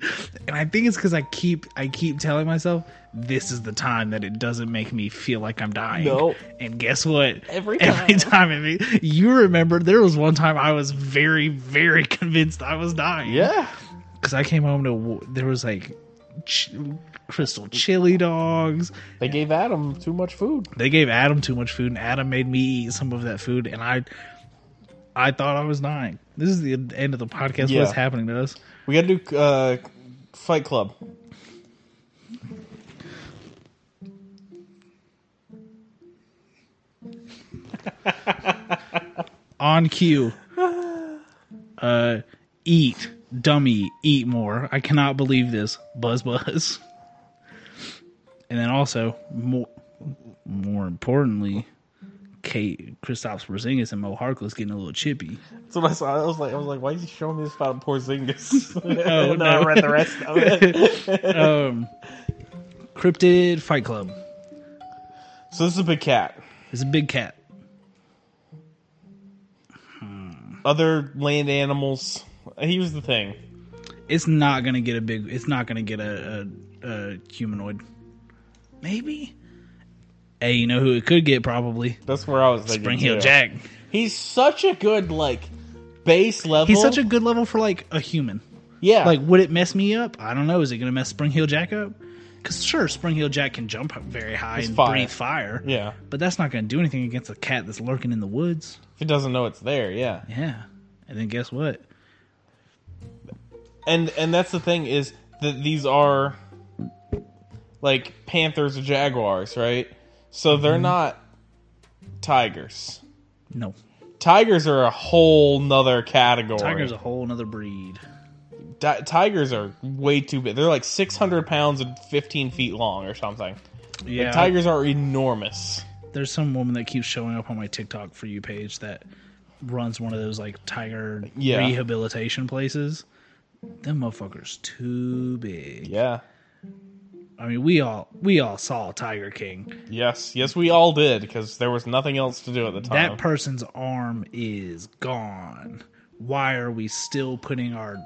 S1: (laughs) And I think it's cuz I keep I keep telling myself this is the time that it doesn't make me feel like I'm dying.
S2: No.
S1: And guess what? (laughs)
S2: Every
S1: Every time
S2: time.
S1: it ma- you remember there was one time I was very very (laughs) convinced I was dying.
S2: Yeah.
S1: because I came home to there was like ch- crystal chili dogs.
S2: They gave Adam too much food.
S1: They gave Adam too much food, and Adam made me eat some of that food, and I, I thought I was dying. This is the end of the podcast.
S2: Yeah.
S1: What's happening to us?
S2: We got to do uh, Fight Club.
S1: On cue. Uh, eat, dummy, eat more. I cannot believe this. Buzz, buzz. And then also more, more importantly, Kate Kristaps Porzingis and Mo Harkless getting a little chippy.
S2: So I saw. I was like, I was like, why is he showing me this about (laughs) Porzingis?
S1: Oh,
S2: and then I
S1: no.
S2: read the rest of it.
S1: um, cryptid fight club.
S2: so this is a big cat.
S1: It's a big cat.
S2: Other land animals. Here's the thing.
S1: It's not gonna get a big. It's not gonna get a, a, a humanoid. Maybe. Hey, you know who it could get? Probably
S2: That's where I was thinking.
S1: Spring Heel
S2: too.
S1: Jack.
S2: He's such a good like base level.
S1: He's such a good level for like a human.
S2: yeah.
S1: Like, would it mess me up? I don't know. Is it gonna mess Spring Heel Jack up? Because sure, Spring Heel Jack can jump very high
S2: It's
S1: and
S2: fire.
S1: breathe fire.
S2: yeah.
S1: But that's not gonna do anything against a cat that's lurking in the woods.
S2: If it doesn't know it's there, yeah.
S1: Yeah. And then guess what?
S2: And and that's the thing is that these are like panthers or jaguars, right? So
S1: Mm-hmm.
S2: they're not tigers.
S1: No.
S2: Tigers are a whole nother category.
S1: Tiger's a whole nother breed.
S2: Ti- tigers are way too big. They're like 600 pounds and 15 feet long or something.
S1: Yeah.
S2: Tigers are enormous.
S1: There's some woman that keeps showing up on my TikTok for you page that runs one of those like tiger
S2: Yeah.
S1: rehabilitation places. Them motherfuckers too big.
S2: Yeah.
S1: I mean, we all we all saw Tiger King.
S2: Yes. Yes, we all did because there was nothing else to do at the time.
S1: That person's arm is gone. Why are we still putting our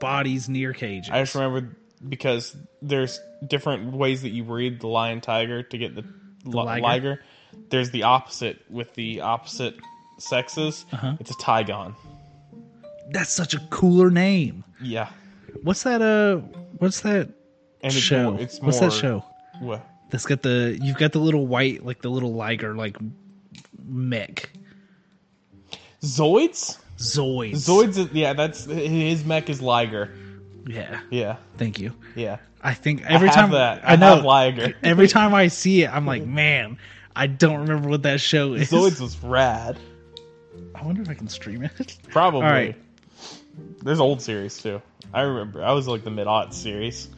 S1: bodies near cages?
S2: I just remember because there's different ways that you breed the lion tiger to get the, li-
S1: liger?
S2: liger. There's the opposite with the opposite sexes.
S1: Uh-huh.
S2: It's a tigon.
S1: That's such a cooler name.
S2: Yeah.
S1: What's that? Uh, what's that
S2: And it's
S1: show?
S2: More, it's
S1: what's
S2: more,
S1: that show?
S2: What?
S1: That's got the you've got the little white like the little liger like mech
S2: Zoids?
S1: Zoids.
S2: Zoids, is, yeah, that's his mech is liger.
S1: Yeah.
S2: Yeah.
S1: Thank you.
S2: Yeah.
S1: I think every
S2: I have
S1: time
S2: that.
S1: I know E-,
S2: have liger.
S1: every time I see it, I'm like, man, I don't remember what that show is.
S2: (laughs) Zoids was rad.
S1: I wonder if I can stream it. (laughs)
S2: Probably.
S1: All right.
S2: There's old series too. I remember. I was like the mid aught series.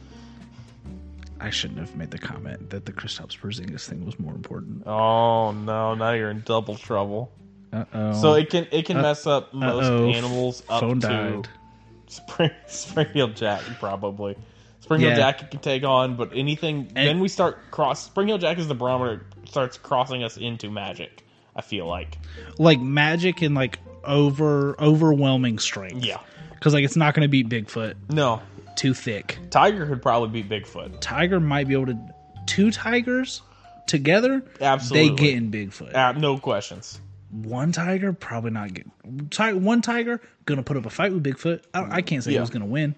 S1: I shouldn't have made the comment that the Kristaps Porzingis thing was more important.
S2: Oh no! Now you're in double trouble.
S1: Uh oh.
S2: So it can it can mess up most
S1: uh-oh.
S2: animals up
S1: phone
S2: to
S1: died.
S2: Spring, (laughs) Springfield Jack probably. Springfield
S1: Yeah.
S2: Jack it can take on, but anything then we start cross Springfield Jack is the barometer starts crossing us into magic. I feel like
S1: Like magic and like over overwhelming strength.
S2: yeah
S1: Because like it's not going to beat Bigfoot.
S2: no
S1: Too thick.
S2: tiger could probably beat Bigfoot
S1: Tiger might be able to. Two tigers together,
S2: Absolutely.
S1: they get in Bigfoot.
S2: uh, no questions
S1: one tiger probably not get ti- one tiger gonna put up a fight with bigfoot i, I can't say
S2: Yeah.
S1: who's gonna win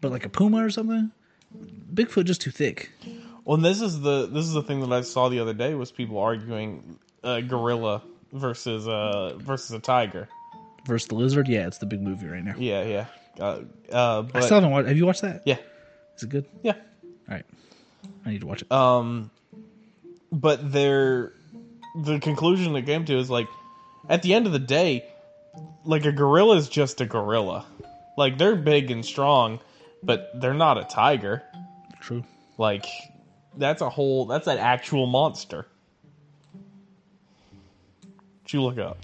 S1: but like a puma or something bigfoot just too thick
S2: Well, and this is the this is the thing that I saw the other day was people arguing a gorilla versus uh versus a tiger.
S1: versus the lizard yeah it's the big movie right now
S2: Yeah, yeah. Uh, uh,
S1: I
S2: but
S1: still haven't watched. Have you watched that?
S2: yeah,
S1: Is it good?
S2: yeah.
S1: All right, I need to watch it.
S2: Um, but their the conclusion they came to is like, at the end of the day, like a gorilla is just a gorilla. Like they're big and strong, but they're not a tiger.
S1: True.
S2: Like that's a whole that's an actual monster. What you look up?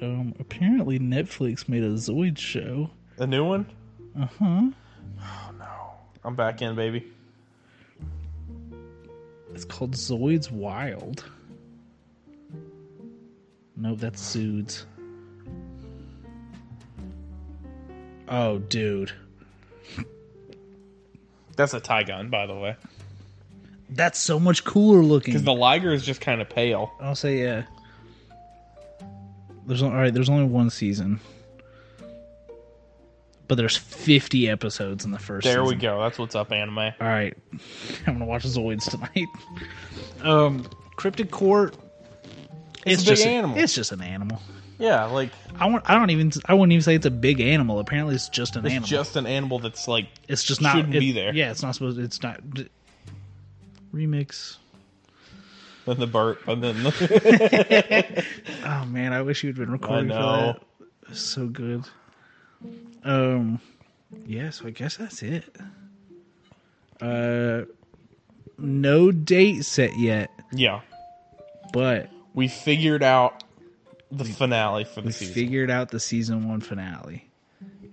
S1: Um, apparently Netflix made a Zoid show.
S2: A new one? Oh,
S1: Uh huh.
S2: Mm-hmm. I'm back in, baby.
S1: It's called Zoids Wild. No, that's Zoods. Oh, dude.
S2: That's a Tygon, by the way.
S1: That's so much cooler looking.
S2: Because the liger is just kind of pale.
S1: I'll say yeah. There's all right. There's only one season, but there's 50 episodes in the first.
S2: There we
S1: season.
S2: go. That's what's up, anime.
S1: All right, (laughs) I'm gonna watch Zoids tonight. (laughs) Um, Cryptic Court.
S2: It's a big
S1: just
S2: animal.
S1: It's just an animal.
S2: Yeah, like
S1: I want. I don't even. I wouldn't even say it's a big animal. Apparently, it's just an
S2: it's
S1: animal.
S2: just an animal that's like
S1: it's just not.
S2: shouldn't
S1: it-
S2: be there.
S1: Yeah, it's not supposed. It's not. Remix.
S2: than the (laughs) burp, and then the,
S1: Oh man, I wish you'd been
S2: I
S1: recording.
S2: know.
S1: For that. It's so good. Um, yeah. So I guess that's it. Uh, no date set yet,
S2: Yeah,
S1: but
S2: we figured out the finale for the
S1: we
S2: season.
S1: figured out the season one finale,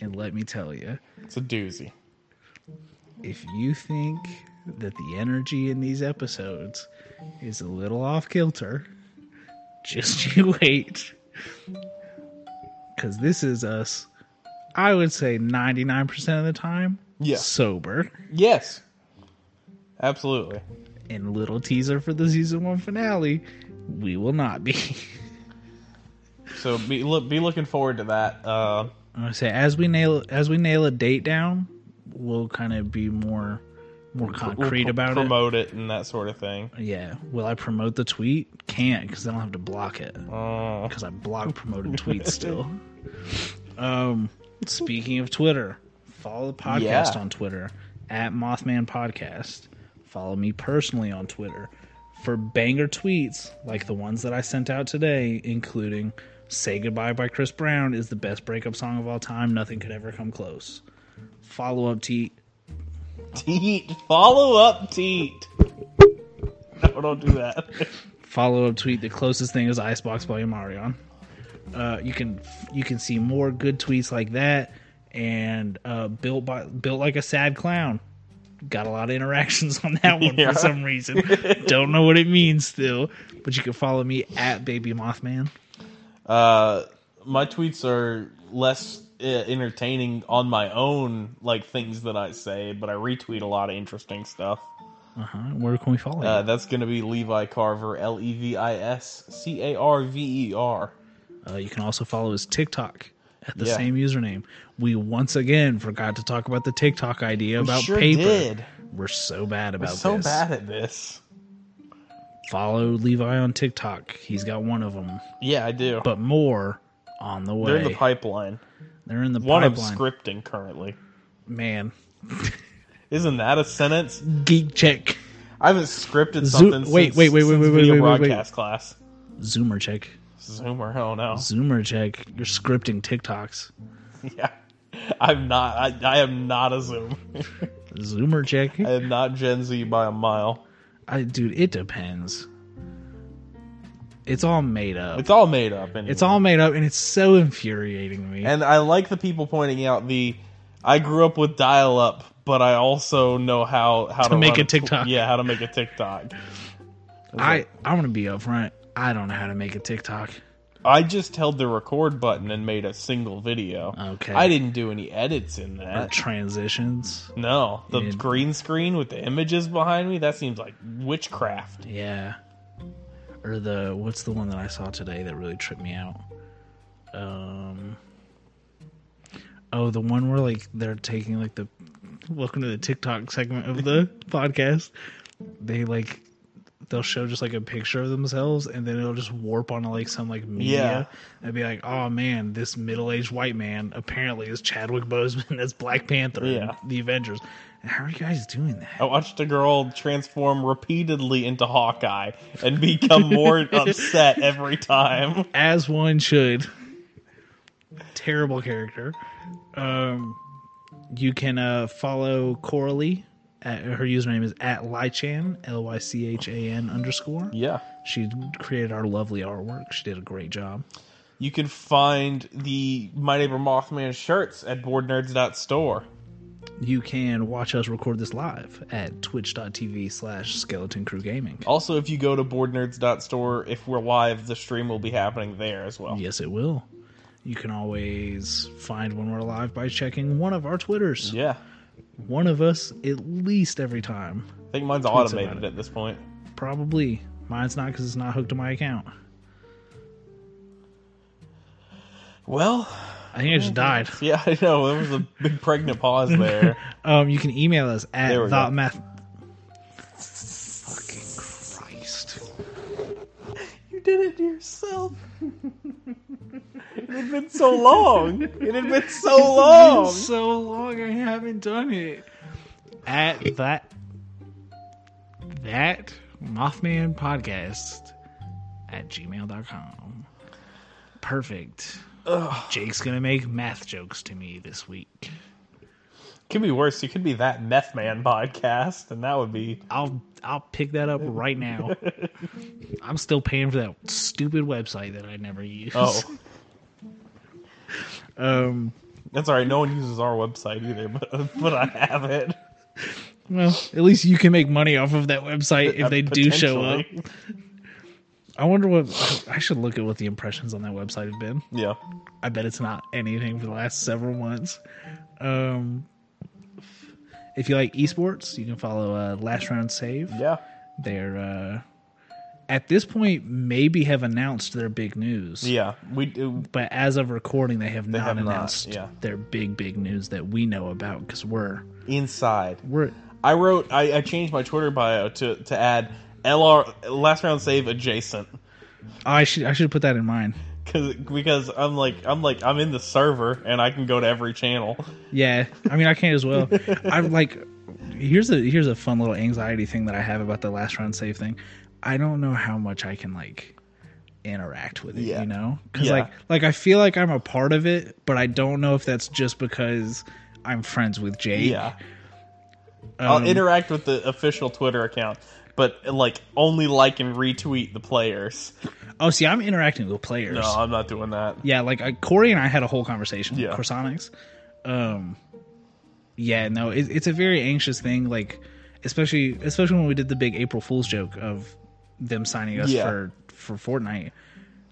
S1: and let me tell you,
S2: it's a doozy.
S1: if you think that the energy in these episodes is a little off kilter, just (laughs) you wait. Because this is us, I would say 99% of the time,
S2: Yeah.
S1: sober.
S2: Yes, absolutely.
S1: And little teaser for the season one finale, we will not be. (laughs)
S2: So be look be looking forward to that. Uh,
S1: I'm gonna say as we nail as we nail a date down, we'll kind of be more more
S2: we'll
S1: concrete
S2: pr-
S1: about it.
S2: promote it. and that sort of thing.
S1: Yeah. Will I promote the tweet? Can't because then I'll have to block it
S2: Uh, (laughs)
S1: because I block promoted tweets still. Um, speaking of Twitter, follow the podcast
S2: Yeah.
S1: on Twitter at Mothman Podcast. Follow me personally on Twitter for banger tweets like the ones that I sent out today, including "Say Goodbye" by Chris Brown is the best breakup song of all time. Nothing could ever come close. Follow up tweet.
S2: teat, follow up, teat. (laughs) No, don't do that.
S1: follow up tweet. The closest thing is Icebox by Amarion. Uh, you can you can see more good tweets like that, and uh, built by built like a sad clown. Got a lot of interactions on that one
S2: (laughs) Yeah.
S1: for some reason. Don't know what it means still, but you can follow me at Baby Mothman.
S2: Uh, my tweets are less uh, entertaining on my own, like things that I say, but I retweet a lot of interesting stuff.
S1: Uh-huh. Where can we follow
S2: Uh, that's going to be Levi Carver, L E V I S C A R V E R.
S1: you? Uh, you can also follow his TikTok at the
S2: Yeah.
S1: same username. We once again forgot to talk about the TikTok idea about
S2: sure
S1: paper.
S2: did.
S1: We're so bad about
S2: So
S1: this.
S2: bad at this.
S1: follow Levi on TikTok. He's got one of them,
S2: Yeah, I do.
S1: but more on the way.
S2: They're in the pipeline.
S1: They're in the
S2: One of
S1: pipeline.
S2: scripting currently.
S1: Man,
S2: Isn't that a sentence?
S1: geek check,
S2: I haven't scripted
S1: Zo-
S2: something
S1: wait,
S2: since,
S1: wait, wait, wait,
S2: since
S1: wait, wait,
S2: video
S1: wait, wait, wait.
S2: broadcast class.
S1: Zoomer check,
S2: Zoomer, oh no. (laughs)
S1: Zoomer check. You're scripting TikToks.
S2: Yeah. I'm not, I, I am not a Zoom.
S1: Zoomer check.
S2: I am not Gen Z by a mile.
S1: I, dude, it depends. It's all made up.
S2: It's all made up. Anyway.
S1: It's all made up, and it's so infuriating to me.
S2: And I like the people pointing out the I grew up with dial up, but I also know how how to,
S1: make
S2: run
S1: a TikTok.
S2: Yeah, how to make a TikTok.
S1: I, I'm gonna be upfront. I don't know how to make a TikTok.
S2: I just held the record button and made a single video.
S1: Okay.
S2: I didn't do any edits in
S1: Or
S2: that.
S1: transitions.
S2: No, the
S1: Yeah.
S2: green screen with the images behind me, that seems like witchcraft.
S1: Yeah. Or the what's the one that I saw today that really tripped me out? Um Oh, the one where like they're taking like the welcome to the TikTok segment of the podcast. They like they'll show just like a picture of themselves and then it'll just warp onto like some like media and be like, oh man, this middle aged white man apparently is Chadwick Boseman (laughs) as Black Panther in
S2: Yeah.
S1: the Avengers. And how are you guys doing that?
S2: I watched a girl transform repeatedly into Hawkeye and become
S1: (laughs)
S2: more upset every time.
S1: as one should. Terrible character. Um, you can uh, follow Coralie. At, her username is at Lychan, L Y C H A N underscore.
S2: Yeah.
S1: She created our lovely artwork. She did a great job.
S2: You can find the My Neighbor Mothman shirts at boardnerds.store.
S1: You can watch us record this live at twitch.tv slash skeleton crew gaming.
S2: Also, if you go to boardnerds.store, if we're live, the stream will be happening there as well.
S1: Yes, it will. You can always find when we're live by checking one of our Twitters.
S2: Yeah.
S1: One of us at least every time.
S2: I think mine's
S1: about
S2: automated
S1: it.
S2: at this point.
S1: Probably. Mine's not because it's not hooked to my account.
S2: Well,
S1: I think I just died.
S2: yeah, I know. There was a big pregnant (laughs) pause there.
S1: Um, you can email us at
S2: There we go.
S1: thoughtmath. Fucking Christ.
S2: you did it yourself. it had been so long. It had been (laughs) so
S1: Um,
S2: long.
S1: so long I haven't done it. At that. That Mothman Podcast at gmail.com. Perfect. Jake's gonna make math jokes to me this week.
S2: Could be worse. You could be that meth man podcast, and that would be
S1: I'll I'll pick that up right
S2: (laughs)
S1: now. I'm still paying for that stupid website that I never use.
S2: (laughs) oh,
S1: Um
S2: that's all right. No one uses our website either, but but I have it.
S1: well, at least you can make money off of that website if
S2: Uh,
S1: they do show up.
S2: potentially. (laughs)
S1: I wonder what I should look at what the impressions on that website have been.
S2: Yeah,
S1: I bet it's not anything for the last several months. Um if you like esports, you can follow uh, Last Round Save.
S2: yeah.
S1: They're uh, at this point maybe have announced their big news.
S2: Yeah, we do.
S1: but as of recording, they have not
S2: have not,
S1: announced
S2: yeah.
S1: their big, big news that we know about because we're
S2: Inside,
S1: we're
S2: I wrote. I, I changed my Twitter bio to to add LR last round save adjacent
S1: I should I should put that in mind.
S2: because because I'm like I'm like I'm in the server and I can go to every channel.
S1: Yeah, I mean I can't as
S2: (laughs)
S1: well. I'm like, here's a here's a fun little anxiety thing that I have about the last round save thing. I don't know how much I can like interact with it.
S2: Yeah.
S1: You know, because
S2: Yeah.
S1: like like I feel like I'm a part of it, but I don't know if that's just because I'm friends with Jake.
S2: Yeah,
S1: Um,
S2: I'll interact with the official Twitter account, but like only like and retweet the players.
S1: oh, see, I'm interacting with players.
S2: No, I'm not doing that.
S1: yeah like I, corey and i had a whole conversation
S2: Yeah.
S1: corsonics um yeah no it, it's a very anxious thing like especially especially when we did the big april fool's joke of them signing us
S2: Yeah.
S1: for for fortnite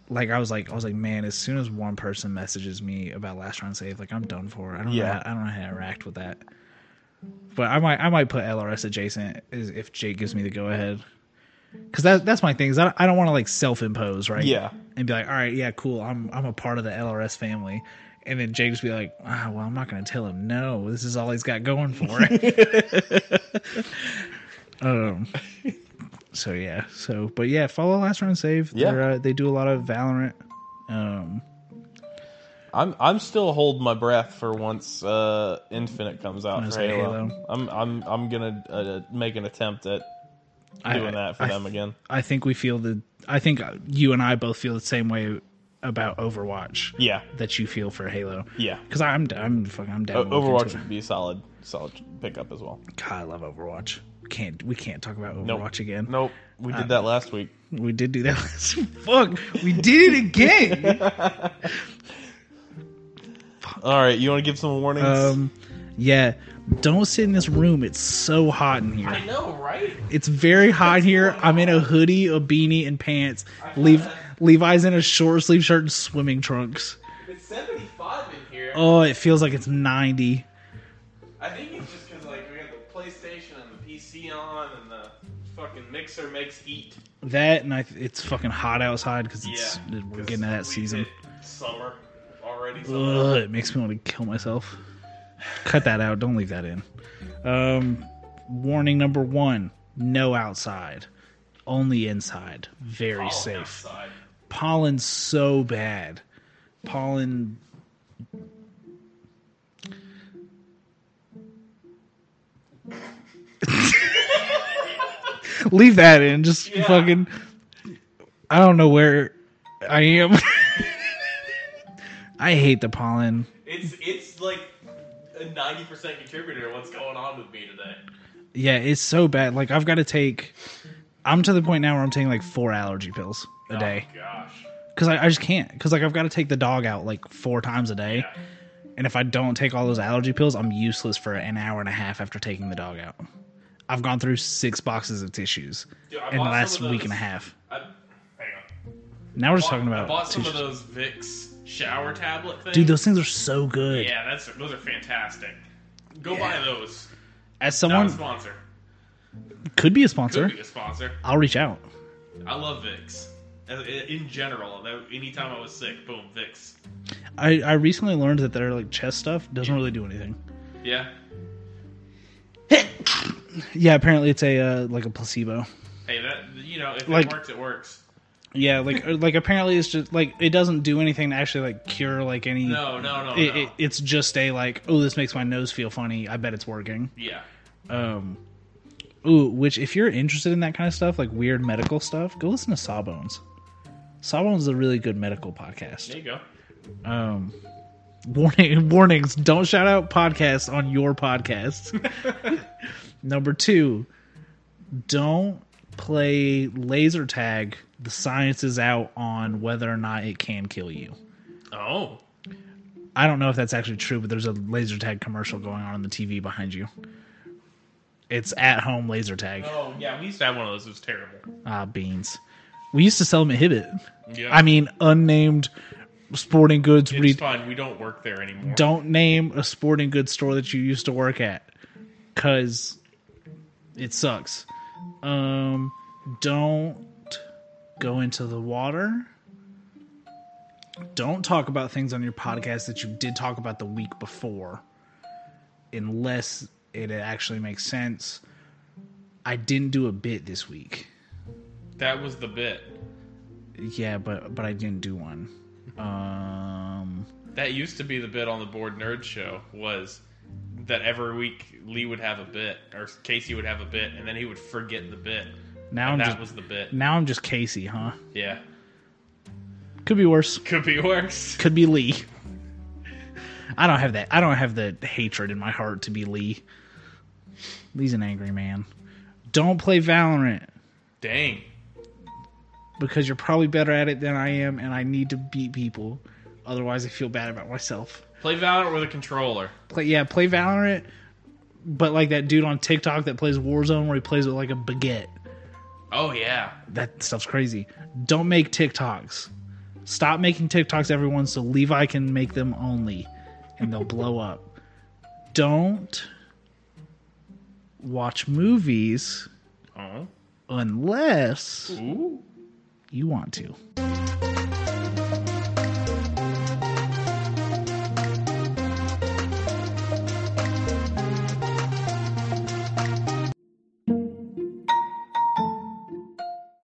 S1: like i was like i was like man as soon as one person messages me about last round save like i'm done for i don't know
S2: Yeah.
S1: how, i don't know how to interact with that but i might i might put lrs adjacent is if jake gives me the go ahead because that, that's my thing is i don't, I don't want to like self-impose right
S2: Yeah.
S1: and be like all right yeah cool i'm i'm a part of the lrs family and then jake just be like ah, well i'm not gonna tell him no this is all he's got going for it (laughs) um so yeah so but yeah follow last run save
S2: Yeah.
S1: They're, uh, they do a lot of valorant um
S2: I'm I'm still holding my breath for once uh, Infinite comes out
S1: Once
S2: for Halo.
S1: Halo.
S2: I'm I'm I'm gonna uh, make an attempt at
S1: I-
S2: doing that for
S1: I-
S2: them again.
S1: i think we feel the i think you and i both feel the same way about overwatch (laughs)
S2: Yeah,
S1: that you feel for halo
S2: yeah.
S1: because i'm i'm fucking i'm down
S2: O-
S1: with it, too.
S2: Overwatch would be a solid solid pickup as well.
S1: God, I love Overwatch. Can't we can't talk about Overwatch
S2: Nope.
S1: again?
S2: Nope, we
S1: Uh,
S2: did that last week.
S1: We did do that. last- (laughs) Fuck, we did it again.
S2: All right, you want to give some warnings?
S1: um, yeah, don't sit in this room. It's so hot in here.
S2: know, right?
S1: It's very hot in here. I'm in a hoodie, a beanie, and pants. Lev- Levi's in a short sleeve shirt and swimming trunks.
S2: It's 75 in here.
S1: Oh, it feels like it's 90.
S2: I think it's just because like we got the PlayStation and the PC on, and the fucking mixer makes heat.
S1: That and I, it's fucking hot outside because it's we're getting to that season.
S2: Summer already.
S1: Ugh, it makes me want to kill myself. Cut that out. Don't leave that in. Um, warning number one: no outside. Only inside. Very
S2: Oh,
S1: safe.
S2: Outside.
S1: Pollen's so bad. Pollen. (laughs) Leave that in. Just
S2: Yeah.
S1: fucking. I don't know where I am. (laughs) I hate the pollen.
S2: It's it's like a ninety percent contributor. to What's going on with me today?
S1: Yeah, it's so bad. Like I've got to take. I'm to the point now where I'm taking like four allergy pills a day
S2: Oh, gosh.
S1: because I, I just can't. Because like I've got to take the dog out like four times a day,
S2: Yeah.
S1: and if I don't take all those allergy pills, I'm useless for an hour and a half after taking the dog out. I've gone through six boxes of tissues
S2: Dude, I
S1: in the
S2: bought some
S1: last
S2: of
S1: week and a
S2: those-
S1: half.
S2: I, hang on.
S1: Now we're just
S2: Bought-
S1: talking
S2: I
S1: about
S2: bought some of
S1: tissues.
S2: those Vicks shower tablet things.
S1: Dude, those things are so good.
S2: Yeah, that's those are fantastic. Go
S1: Yeah.
S2: buy those.
S1: As
S2: Not a
S1: someone
S2: sponsor.
S1: could be a
S2: Could
S1: sponsor,
S2: be a sponsor.
S1: I'll reach out.
S2: I love Vicks. Uh, In general, that- anytime I was sick, boom, Vicks.
S1: I I recently learned that their like chest stuff doesn't really do anything.
S2: Yeah.
S1: Yeah, apparently it's a uh, like a placebo.
S2: Hey, that you know, if
S1: Like-
S2: it works, it works.
S1: Yeah,
S2: (laughs)
S1: like uh, like apparently it's just like it doesn't do anything to actually like cure like any.
S2: No, no, no,
S1: It,
S2: no.
S1: it, it's just a like oh this makes my nose feel funny. I bet it's working.
S2: yeah.
S1: Um, ooh, which if you're interested in that kind of stuff, like weird medical stuff, go listen to Sawbones. Sawbones is a really good medical podcast.
S2: (laughs) There you go.
S1: Um, warning, warnings: don't shout out podcasts on your podcast. Number two, don't play laser tag. The science is out on whether or not it can kill you.
S2: Oh.
S1: I don't know if that's actually true, but there's a laser tag commercial going on on the TV behind you. It's at home laser tag.
S2: Oh yeah, we used to have one of those. It was terrible.
S1: Ah, beans. We used to sell them at Hibbit.
S2: Yeah.
S1: I mean, unnamed sporting goods.
S2: it's
S1: Re-
S2: fine. We don't work there anymore.
S1: don't name a sporting goods store that you used to work at, cause it sucks. Um, don't go into the water. Don't talk about things on your podcast that you did talk about the week before, unless it actually makes sense. I didn't do a bit this week.
S2: That was the bit.
S1: Yeah, but but I didn't do one. Um,
S2: That used to be the bit on the board nerd show was that every week Lee would have a bit or Casey would have a bit and then he would forget the bit.
S1: now
S2: And
S1: I'm
S2: that
S1: just
S2: was the bit.
S1: now I'm just Casey, huh?
S2: Yeah.
S1: Could be worse.
S2: Could be (laughs) worse.
S1: Could be Lee. I don't have that. I don't have the hatred in my heart to be Lee. Lee's an angry man. Don't play Valorant
S2: Dang.
S1: because you're probably better at it than I am, and I need to beat people. Otherwise, I feel bad about myself.
S2: Play Valorant with a controller.
S1: Play yeah, play Valorant, but like that dude on TikTok that plays Warzone where he plays with like a baguette.
S2: Oh yeah.
S1: that stuff's crazy. Don't make TikToks. Stop making TikToks, everyone, so Levi can make them only and they'll blow up. Don't watch movies
S2: Oh.
S1: unless
S2: Ooh.
S1: you want to.